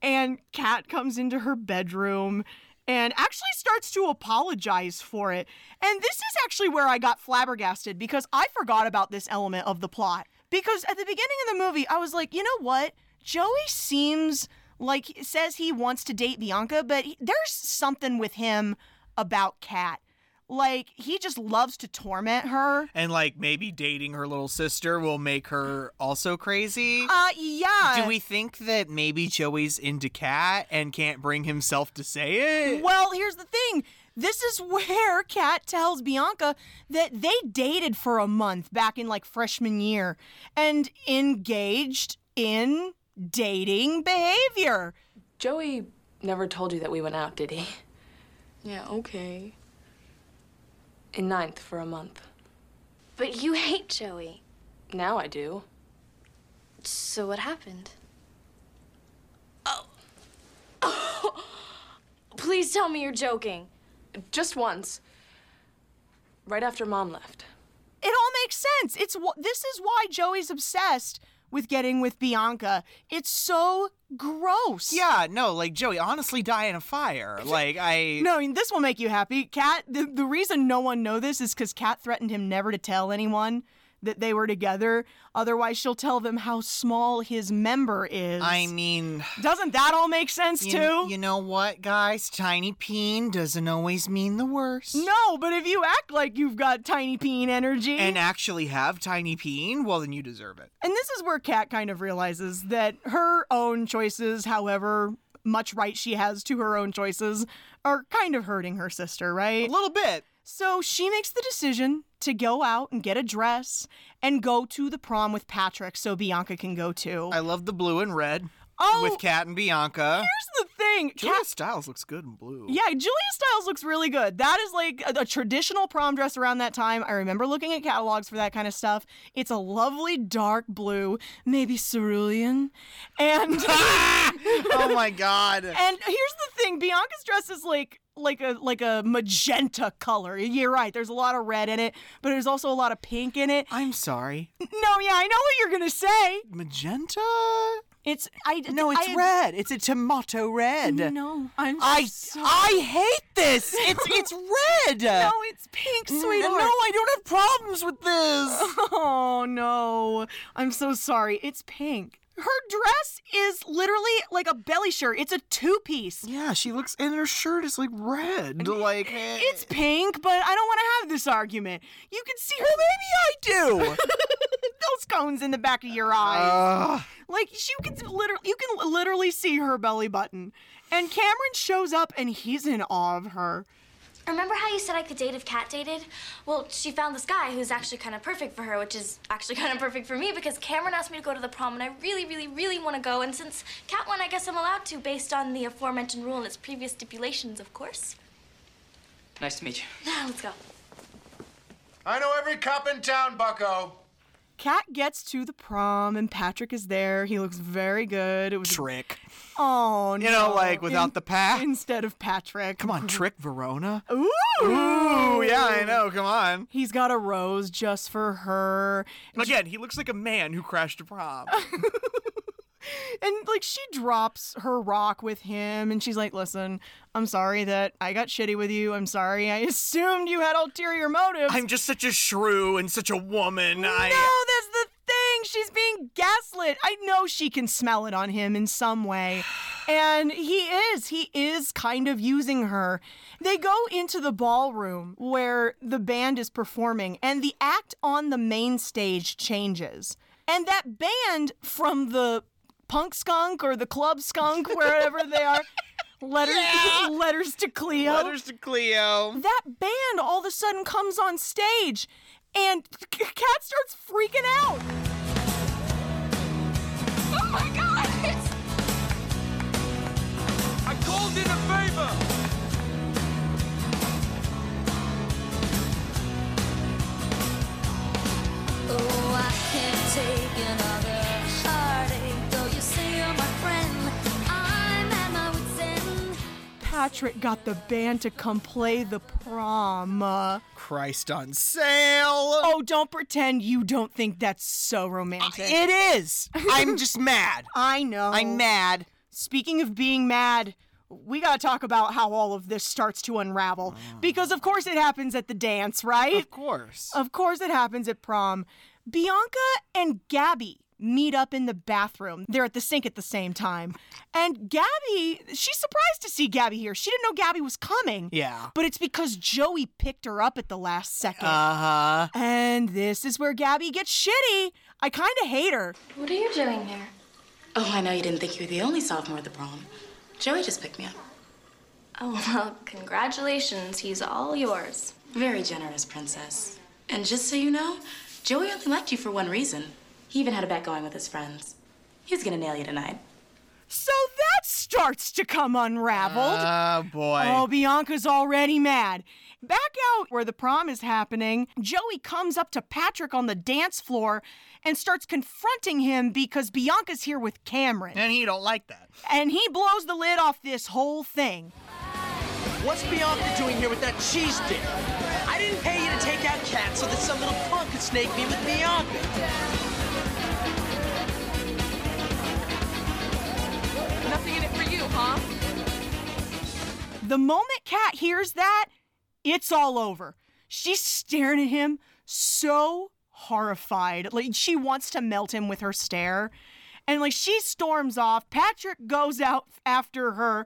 Speaker 2: and Kat comes into her bedroom and actually starts to apologize for it. And this is actually where I got flabbergasted because I forgot about this element of the plot. Because at the beginning of the movie, I was like, you know what? Joey seems like says he wants to date Bianca, but he- there's something with him about Kat. Like he just loves to torment her.
Speaker 1: And like maybe dating her little sister will make her also crazy.
Speaker 2: Uh yeah.
Speaker 1: Do we think that maybe Joey's into Kat and can't bring himself to say it?
Speaker 2: Well, here's the thing. This is *laughs* where Kat tells Bianca that they dated for a month back in like freshman year and engaged in dating behavior.
Speaker 17: Joey never told you that we went out, did he? Yeah, okay. In ninth for a month.
Speaker 3: But you hate Joey.
Speaker 17: Now I do.
Speaker 3: So what happened?
Speaker 17: Oh. *laughs* Please tell me you're joking. Just once. Right after mom left.
Speaker 2: It all makes sense. It's wh- this is why Joey's obsessed with getting with Bianca. It's so gross.
Speaker 1: Yeah, no, like Joey, honestly, die in a fire. Like I
Speaker 2: No, I mean, this will make you happy. Kat, the, the reason no one know this is because Kat threatened him never to tell anyone that they were together. Otherwise, she'll tell them how small his member is.
Speaker 1: I mean,
Speaker 2: doesn't that all make sense
Speaker 1: you,
Speaker 2: too?
Speaker 1: You know what, guys? Tiny peen doesn't always mean the worst.
Speaker 2: no, but if you act like you've got tiny peen energy,
Speaker 1: And actually have tiny peen, well then you deserve it.
Speaker 2: And this is where Kat kind of realizes that her own choices, however much right she has to her own choices, are kind of hurting her sister, right? A
Speaker 1: little bit.
Speaker 2: So she makes the decision to go out and get a dress and go to the prom with Patrick so Bianca can go too.
Speaker 1: I love the blue and red
Speaker 2: Oh,
Speaker 1: with Kat and Bianca.
Speaker 2: here's the thing.
Speaker 1: Julia
Speaker 2: Kat-
Speaker 1: Styles looks good in blue.
Speaker 2: Yeah, Julia Stiles looks really good. That is like a, a traditional prom dress around that time. I remember looking at catalogs for that kind of stuff. It's a lovely dark blue, maybe cerulean. And
Speaker 1: *laughs* oh my god.
Speaker 2: And here's the thing, Bianca's dress is like like a like a magenta color. You're right. There's a lot of red in it, but there's also a lot of pink in it.
Speaker 1: I'm sorry.
Speaker 2: No, yeah, I know what you're going to say.
Speaker 1: Magenta?
Speaker 2: It's I
Speaker 1: No, it's
Speaker 2: I-
Speaker 1: red. It's a tomato red.
Speaker 2: No, I'm
Speaker 1: I
Speaker 2: so-
Speaker 1: I hate this. It's
Speaker 2: *laughs*
Speaker 1: it's red. Mm,
Speaker 2: No, it's pink,
Speaker 1: N-
Speaker 2: sweetheart.
Speaker 1: No, I don't have problems with this.
Speaker 2: *laughs* Oh no. no. I'm so sorry. It's pink. Her dress is literally like a belly shirt. It's a two piece.
Speaker 1: Yeah, she looks, and her shirt is like red. Like, eh.
Speaker 2: it's pink, but I don't want to have this argument. You can see her. Well,
Speaker 1: maybe I do.
Speaker 2: *laughs* Those cones in the back of your eyes. Like she can literally, you can literally see her belly button. And Cameron shows up, and he's in awe of her.
Speaker 3: Remember how you said I could date if Kat dated? Well, she found this guy who's actually kind of perfect for her, which is actually *laughs* kind of perfect for me because Cameron asked me to go to the prom and I really, really, really want to go. And since Kat won, I guess I'm allowed to based on the aforementioned rule and its previous stipulations, of course.
Speaker 14: Nice to meet you.
Speaker 3: Now let's go.
Speaker 13: I know every cop in town, Bucko.
Speaker 2: Kat gets to the prom, and Patrick is there. He looks very good. It was
Speaker 1: Trick.
Speaker 2: oh no!
Speaker 1: You know, like, without the pack?
Speaker 2: instead of Patrick.
Speaker 1: Come
Speaker 2: *laughs*
Speaker 1: on, Trick Verona.
Speaker 2: Ooh.
Speaker 1: Ooh, yeah, I know. Come on.
Speaker 2: He's got a rose just for her.
Speaker 1: And again, he looks like a man who crashed a prom.
Speaker 2: *laughs* And like she drops her rock with him and she's like, "Listen, I'm sorry that I got shitty with you. I'm sorry. I *laughs* assumed you had
Speaker 1: *laughs*
Speaker 2: ulterior motives."
Speaker 1: I'm just such a shrew and such a woman. I.
Speaker 2: No, that's the thing. She's being gaslit. I know she can smell it on him in some way. And he is. He is kind of using her. They go into the ballroom where the band is performing, and the act on the main stage changes. And that band from the punk skunk or the club skunk, wherever they are, letters, *laughs* letters to Cleo.
Speaker 1: Letters to Cleo.
Speaker 2: That band all of a sudden comes on stage and Cat starts freaking out.
Speaker 8: Oh my god! I called in a favor!
Speaker 19: Oh, I can't take another heartache. Though you say you're my friend, I'm at my wit's end.
Speaker 2: Patrick got the band to come play the prom. Uh,
Speaker 1: Christ on sale.
Speaker 2: Oh, don't pretend you don't think that's so romantic.
Speaker 1: It is.
Speaker 2: *laughs*
Speaker 1: I'm just mad.
Speaker 2: I know.
Speaker 1: I'm mad.
Speaker 2: Speaking of being mad, we gotta talk about how all of this starts to unravel. Because, of course, it happens at the dance, right?
Speaker 1: Ah. Of course.
Speaker 2: Of course, it happens at prom. Bianca and Gabby meet up in the bathroom. They're at the sink at the same time. And Gabby, she's surprised to see Gabby here. She didn't know Gabby was coming.
Speaker 1: Yeah.
Speaker 2: But it's because Joey picked her up at the last second.
Speaker 1: Uh huh.
Speaker 2: and this is where Gabby gets shitty. I kind of hate her.
Speaker 10: What are you doing here?
Speaker 19: Oh, I know you didn't think you were the only sophomore at the prom. Joey just picked me up.
Speaker 3: Oh, well, congratulations. He's all yours.
Speaker 19: Very generous, Princess. And just so you know, Joey only left you for one reason. He even had a bet going with his friends. He's gonna nail you tonight.
Speaker 2: So that starts to come unraveled.
Speaker 1: Oh, boy.
Speaker 2: Oh, Bianca's already mad. Back out where the prom is happening, Joey comes up to Patrick on the dance floor and starts confronting him because Bianca's here with Cameron.
Speaker 1: And he don't like that.
Speaker 2: And he blows the lid off this whole thing.
Speaker 20: What's Bianca doing here with that cheese dip? I didn't pay you to take out Kat so that some little punk could snake me with Bianca.
Speaker 12: Nothing in it for you, huh?
Speaker 2: The moment Kat hears that, it's all over. She's staring at him so horrified. Like she wants to melt him with her stare. And like she storms off. Patrick goes out after her.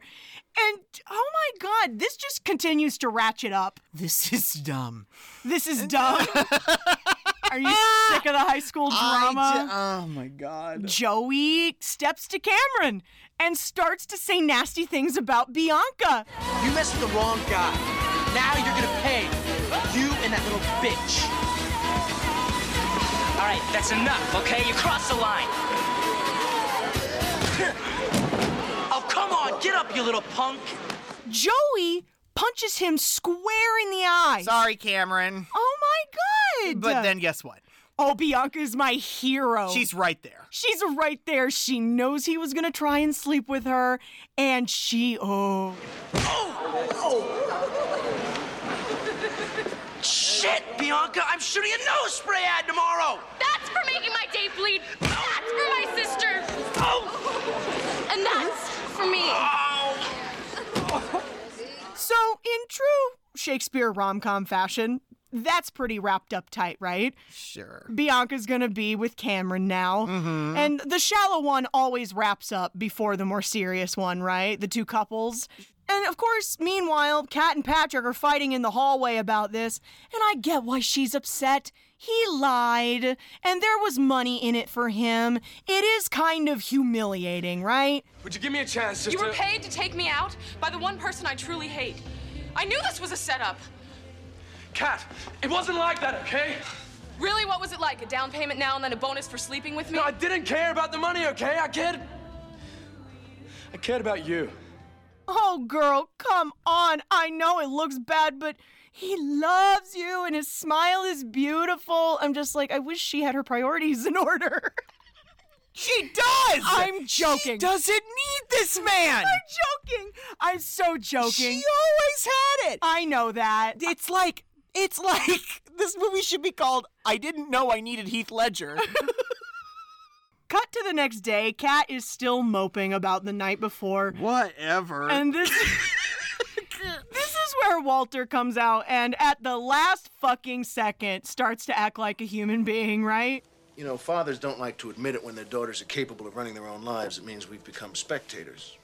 Speaker 2: And oh my god, this just continues to ratchet up.
Speaker 1: This is dumb.
Speaker 2: This is
Speaker 1: *laughs*
Speaker 2: dumb. Are you sick of the high school drama?
Speaker 1: I d- oh my god.
Speaker 2: Joey steps to Cameron and starts to say nasty things about Bianca.
Speaker 20: You messed with the wrong guy. Now you're gonna pay. You and that little bitch.
Speaker 14: All right, that's enough, okay? You crossed the line.
Speaker 20: *laughs* Oh, come on, get up, you little punk.
Speaker 2: Joey punches him square in the eye.
Speaker 1: Sorry, Cameron.
Speaker 2: Oh my god.
Speaker 1: But then guess what?
Speaker 2: Oh, Bianca's my hero.
Speaker 1: She's right there.
Speaker 2: She's right there. She knows he was gonna try and sleep with her, and she oh
Speaker 20: Shit, Bianca, I'm shooting a nose spray ad tomorrow.
Speaker 3: That's for making my day bleed. That's for my sister.
Speaker 20: Oh.
Speaker 3: And that's for me.
Speaker 2: So in true Shakespeare rom com fashion, that's pretty wrapped up tight, right?
Speaker 1: Sure.
Speaker 2: Bianca's gonna be with Cameron now. And the shallow one always wraps up before the more serious one, right? The two couples. And of course, meanwhile, Kat and Patrick are fighting in the hallway about this, and I get why she's upset. He lied, and there was money in it for him. It is kind of humiliating, right?
Speaker 16: Would you give me a chance just
Speaker 12: You were
Speaker 16: to-
Speaker 12: paid to take me out by the one person I truly hate. I knew this was a setup.
Speaker 16: Cat, it wasn't like that, okay?
Speaker 12: Really, what was it like? A down payment now and then a bonus for sleeping with me?
Speaker 16: No, I didn't care about the money, okay? I cared. I cared about you.
Speaker 2: Oh, girl, come on. I know it looks bad, but he loves you and his smile is beautiful. I'm just like, I wish she had her priorities in *laughs* order.
Speaker 1: She does!
Speaker 2: I'm joking. She
Speaker 1: doesn't need this man!
Speaker 2: I'm joking. I'm so joking. She
Speaker 1: always had it.
Speaker 2: I know that.
Speaker 1: It's like it's like *laughs* this movie should be called I didn't know I needed Heath Ledger.
Speaker 2: Cut to the next day. Kat is still moping about the night before.
Speaker 1: Whatever. *laughs*
Speaker 2: And this. This is where Walter comes out and at the last fucking second starts to act like a human being, right?
Speaker 13: You know, fathers don't like to admit it when their daughters are capable of running their own lives. It means we've become spectators.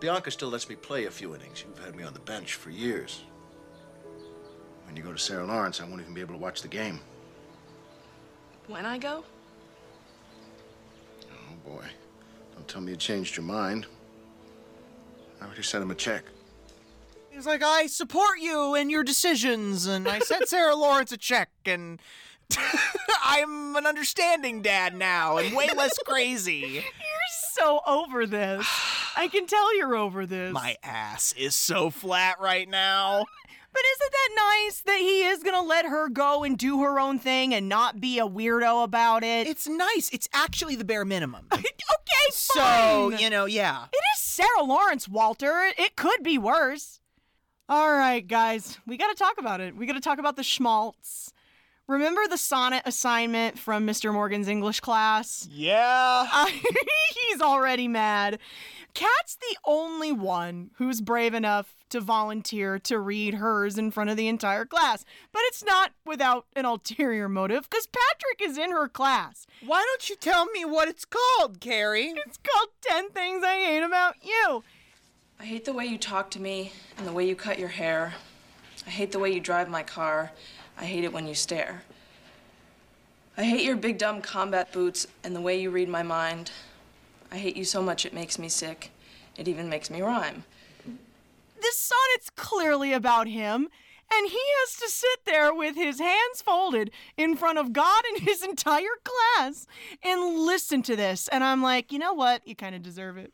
Speaker 13: Bianca still lets me play a few innings. You've had me on the bench for years. When you go to Sarah Lawrence, I won't even be able to watch the game.
Speaker 12: When I go?
Speaker 13: Oh, boy. Don't tell me you changed your mind. I already sent him a check.
Speaker 1: *laughs* He's like, I support you and your decisions, and I sent Sarah Lawrence a check, and *laughs* I'm an understanding dad now, and way *laughs* less crazy.
Speaker 2: You're so over this. I can tell you're over this.
Speaker 1: My ass is so flat right now.
Speaker 2: But isn't that nice that he is going to let her go and do her own thing and not be a weirdo about it?
Speaker 1: It's nice. It's actually the bare minimum.
Speaker 2: *laughs* okay,
Speaker 1: So,
Speaker 2: fine.
Speaker 1: you know, yeah.
Speaker 2: It is Sarah Lawrence, Walter. It could be worse. All right, guys, we got to talk about it. We got to talk about the schmaltz. Remember the sonnet assignment from Mr. Morgan's English class?
Speaker 1: Yeah.
Speaker 2: *laughs* he's already mad. Kat's the only one who's brave enough to volunteer to read hers in front of the entire class. But it's not without an ulterior motive because Patrick is in her class.
Speaker 1: Why don't you tell me what it's called, Carrie?
Speaker 2: It's called 10 Things I Hate About You.
Speaker 15: I hate the way you talk to me and the way you cut your hair. I hate the way you drive my car. I hate it when you stare. I hate your big dumb combat boots and the way you read my mind. I hate you so much it makes me sick. It even makes me rhyme.
Speaker 2: This sonnet's clearly about him, and he has to sit there with his hands folded in front of God and *laughs* his entire class and listen to this. And I'm like, you know what? You kind of deserve it.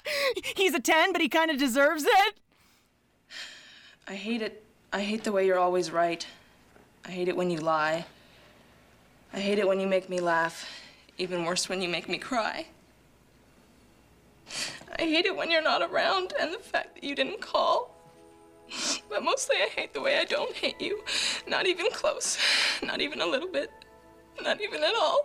Speaker 2: *laughs* He's a 10, but he kind of deserves it.
Speaker 15: I hate it. I hate the way you're always right. I hate it when you lie. I hate it when you make me laugh. Even worse, when you make me cry. I hate it when you're not around and the fact that you didn't call. But mostly, I hate the way I don't hate you. Not even close. Not even a little bit. Not even at all.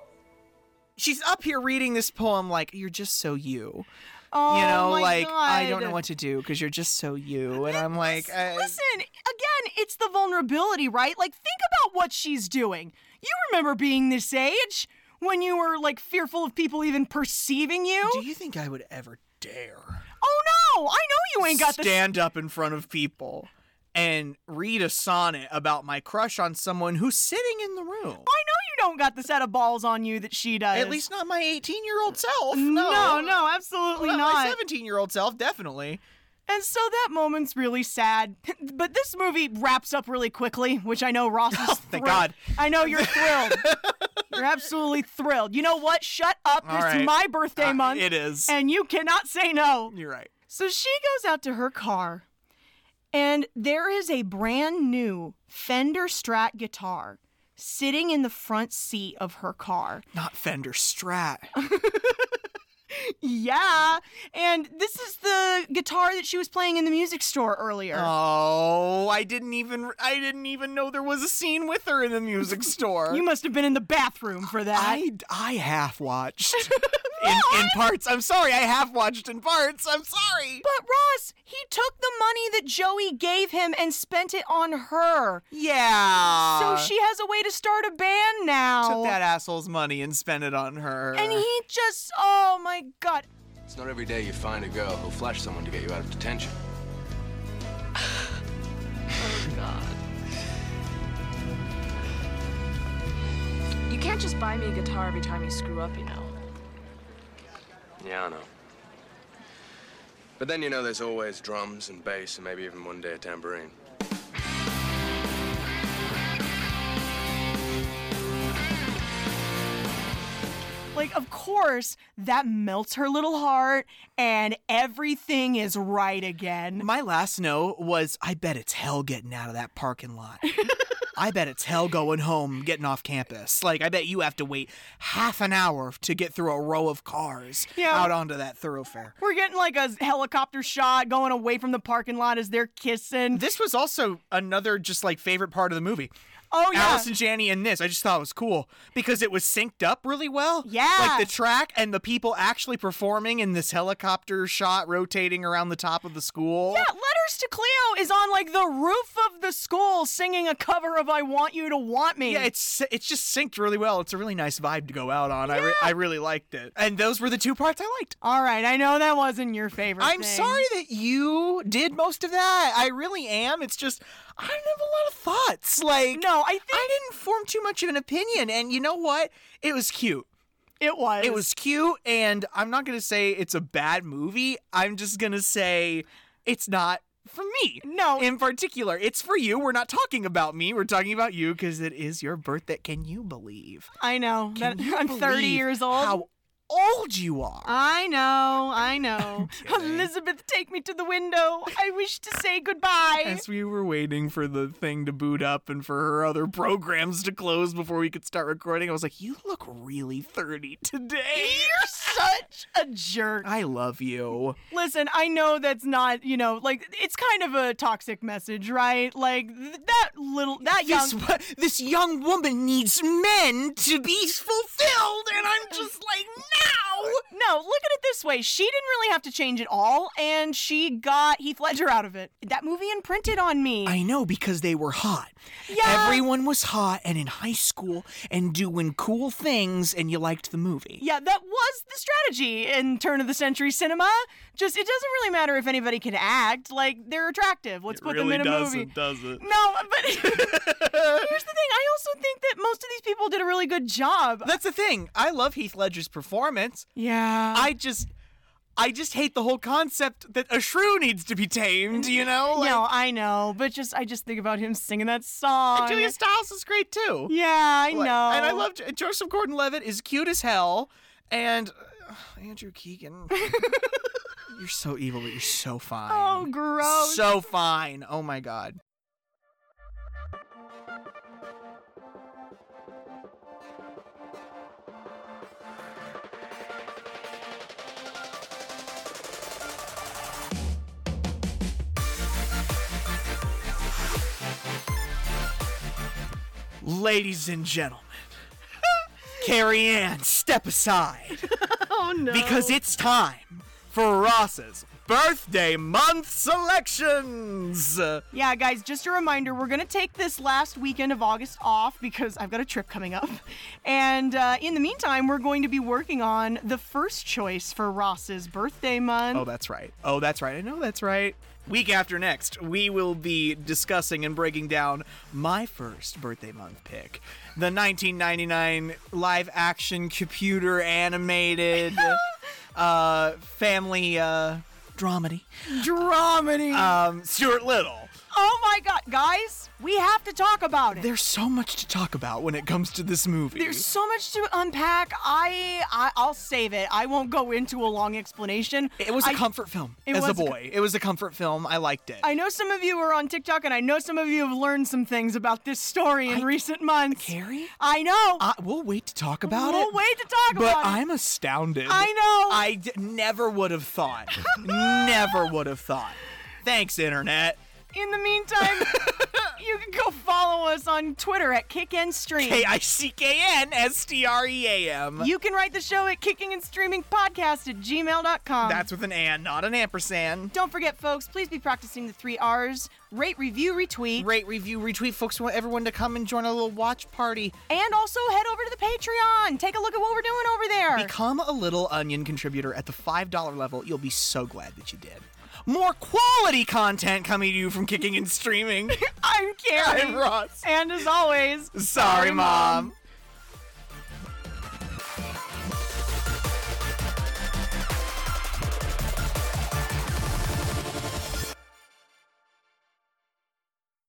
Speaker 1: She's up here reading this poem like, you're just so you.
Speaker 2: Oh,
Speaker 1: you know,
Speaker 2: my
Speaker 1: like, I don't
Speaker 2: God.
Speaker 1: know what to do because you're just so you. And I'm like, I-
Speaker 2: Listen, again, it's the vulnerability, right? Like, think about what she's doing. You remember being this age when you were like fearful of people even perceiving you?
Speaker 1: do you think I would ever dare
Speaker 2: Oh no, I know you ain't got this.
Speaker 1: stand up in front of people and read a sonnet about my crush on someone who's sitting in the room?
Speaker 2: I know you don't got the set of balls on you that she does.
Speaker 1: At least not my 18 year old self. No,
Speaker 2: No, no, absolutely
Speaker 1: Not My
Speaker 2: not.
Speaker 1: 17 year old self, definitely.
Speaker 2: And so that moment's really sad. *laughs* But this movie wraps up really quickly, which I
Speaker 1: *laughs*
Speaker 2: know Ross is
Speaker 1: Oh, thank
Speaker 2: thrilled.
Speaker 1: God.
Speaker 2: I know
Speaker 1: *laughs*
Speaker 2: you're thrilled. you're absolutely thrilled. You know what? Shut up.
Speaker 1: All
Speaker 2: it's
Speaker 1: right.
Speaker 2: my birthday
Speaker 1: Uh,
Speaker 2: month.
Speaker 1: it is.
Speaker 2: And you cannot say no.
Speaker 1: You're right.
Speaker 2: So she goes out to her car, and there is a brand new Fender Strat guitar sitting in the front seat of her car.
Speaker 1: Not Fender
Speaker 2: *laughs*
Speaker 1: Strat.
Speaker 2: Yeah. And this is the guitar that she was playing in the music store earlier.
Speaker 1: Oh, I didn't even I didn't even know there was a scene with her in the music store.
Speaker 2: You must have been in the bathroom for that.
Speaker 1: I, I half watched. in, in parts. I'm sorry, I have watched in parts. I'm sorry.
Speaker 2: But Ross, he took the money that Joey gave him and spent it on her.
Speaker 1: Yeah.
Speaker 2: So she has a way to start a band now.
Speaker 1: Took that asshole's money and spent it on her.
Speaker 2: And he just, oh my god.
Speaker 18: It's not every day you find a girl who'll flash someone to get you out
Speaker 16: *sighs*
Speaker 18: of detention.
Speaker 12: Oh, God. You can't just buy me a guitar every time you screw up, you know.
Speaker 18: Yeah, I know. But then you know there's always drums and bass and maybe even one day a tambourine.
Speaker 2: Like, of course, that melts her little heart and everything is right again.
Speaker 1: My last note was I bet it's hell getting out of that parking
Speaker 2: *laughs*
Speaker 1: lot. I bet it's hell going home, getting off campus. Like, I bet you have to wait half an hour to get through a row of cars
Speaker 2: Yeah.
Speaker 1: out onto that thoroughfare.
Speaker 2: We're getting like a helicopter shot going away from the parking lot as they're kissing.
Speaker 1: This was also another just like favorite part of the movie.
Speaker 2: Oh yeah.
Speaker 1: Alice and Janney in this, I just thought was cool because it was synced up really well.
Speaker 2: Yeah.
Speaker 1: Like the track and the people actually performing in this helicopter shot rotating around the top of the school.
Speaker 2: Yeah, Letters to Cleo is on like the roof of the school singing a cover of I Want You to Want Me.
Speaker 1: Yeah, it's it's just synced really well. It's a really nice vibe to go out on. I, re- I really liked it. And those were the two parts I liked.
Speaker 2: All right, I know that wasn't your favorite.
Speaker 1: I'm sorry that you did most of that. I really am. It's just I didn't have a lot of thoughts. Like
Speaker 2: No, I think
Speaker 1: I didn't form too much of an opinion. And you know what? It was cute.
Speaker 2: It was.
Speaker 1: It was cute, and I'm not gonna say it's a bad movie. I'm just gonna say it's not for me.
Speaker 2: No.
Speaker 1: In particular, it's for you. We're not talking about me. We're talking about you because it is your birthday. Can you believe?
Speaker 2: I know.
Speaker 1: Can
Speaker 2: That,
Speaker 1: you
Speaker 2: *laughs* I'm 30
Speaker 1: believe
Speaker 2: years old.
Speaker 1: How old you are.
Speaker 2: I know, I know. Elizabeth, take me to the window. I wish to say goodbye.
Speaker 1: As we were waiting for the thing to boot up and for her other programs to close before we could start recording, I was like, you look really 30 today.
Speaker 2: You're such a jerk.
Speaker 1: I love you.
Speaker 2: Listen, I know that's not, you know, like it's kind of a toxic message, right? Like th- that little that young
Speaker 1: This, wo- this young woman needs men to be fulfilled, and I'm just like, no!
Speaker 2: No, look at it this way. She didn't really have to change it all, and she got Heath Ledger out of it. That movie imprinted on me.
Speaker 1: I know because they were hot.
Speaker 2: Yeah.
Speaker 1: Everyone was hot and in high school and doing cool things, and you liked the movie.
Speaker 2: yeah, that was the strategy in turn of the century cinema. Just it doesn't really matter if anybody can act. Like they're attractive. Let's put them in a movie.
Speaker 1: does it?
Speaker 2: No, but *laughs* here's the thing. I also think that most of these people did a really good job.
Speaker 1: That's the thing. I love Heath Ledger's performance.
Speaker 2: Yeah.
Speaker 1: I just I just hate the whole concept that a shrew needs to be tamed, you know?
Speaker 2: no, I know, but just I just think about him singing that song.
Speaker 1: And Julia Stiles is great too.
Speaker 2: Yeah, I
Speaker 1: Like,
Speaker 2: know.
Speaker 1: And I love Jo- Joseph Gordon-Levitt is cute as hell and uh, Andrew Keegan. you're so evil, but you're so fine.
Speaker 2: Oh, gross.
Speaker 1: So fine. Oh my god. Ladies and gentlemen,
Speaker 2: *laughs*
Speaker 1: Carrie Ann, step aside.
Speaker 2: *laughs* Oh *laughs* no.
Speaker 1: Because it's time for Ross's birthday month selections.
Speaker 2: Yeah, guys, just a reminder we're going to take this last weekend of August off because I've got a trip coming up. And uh, in the meantime, we're going to be working on the first choice for Ross's birthday month.
Speaker 1: Oh, that's right. Oh, that's right. I know that's right. Week after next, we will be discussing and breaking down my first birthday month pick the 1999 live action computer
Speaker 2: *laughs*
Speaker 1: animated uh, family uh, dramedy.
Speaker 2: Dramedy!
Speaker 1: Um, Stuart Little.
Speaker 2: oh my god, guys, we have to talk about it.
Speaker 1: There's so much to talk about when it comes to this movie.
Speaker 2: There's so much to unpack. I, I I'll save it. I won't go into a long explanation.
Speaker 1: It was
Speaker 2: a
Speaker 1: a comfort film
Speaker 2: it
Speaker 1: as a
Speaker 2: was a co-
Speaker 1: boy. it was a comfort film. I liked it.
Speaker 2: I know some of you are on TikTok, and I know some of you have learned some things about this story in recent months. Carrie? I know.
Speaker 1: I, we'll wait to talk about
Speaker 2: we'll
Speaker 1: it.
Speaker 2: wait to talk
Speaker 1: But
Speaker 2: about it.
Speaker 1: I'm astounded.
Speaker 2: I know.
Speaker 1: I d- never would have thought.
Speaker 2: *laughs*
Speaker 1: never would have thought. Thanks, internet. *laughs*
Speaker 2: In the meantime, you You can go follow us on Twitter at Kick and Stream.
Speaker 1: K I C K N S T R E A M.
Speaker 2: You can write the show at kicking and streaming podcast at gmail.com.
Speaker 1: That's with an and, not an ampersand.
Speaker 2: Don't forget, folks, please be practicing the three R's. Rate, review, retweet.
Speaker 1: Rate, review, retweet. Folks, we want everyone to come and join our little watch party.
Speaker 2: And also head over to the Patreon. Take a look at what we're doing over there.
Speaker 1: Become a little onion contributor at the $5 level. You'll be so glad that you did. More quality content coming to you from
Speaker 2: *laughs*
Speaker 1: Kicking and Streaming.
Speaker 2: I'm Carrie.
Speaker 1: I'm Ross.
Speaker 2: And as always,
Speaker 1: Sorry, Mom.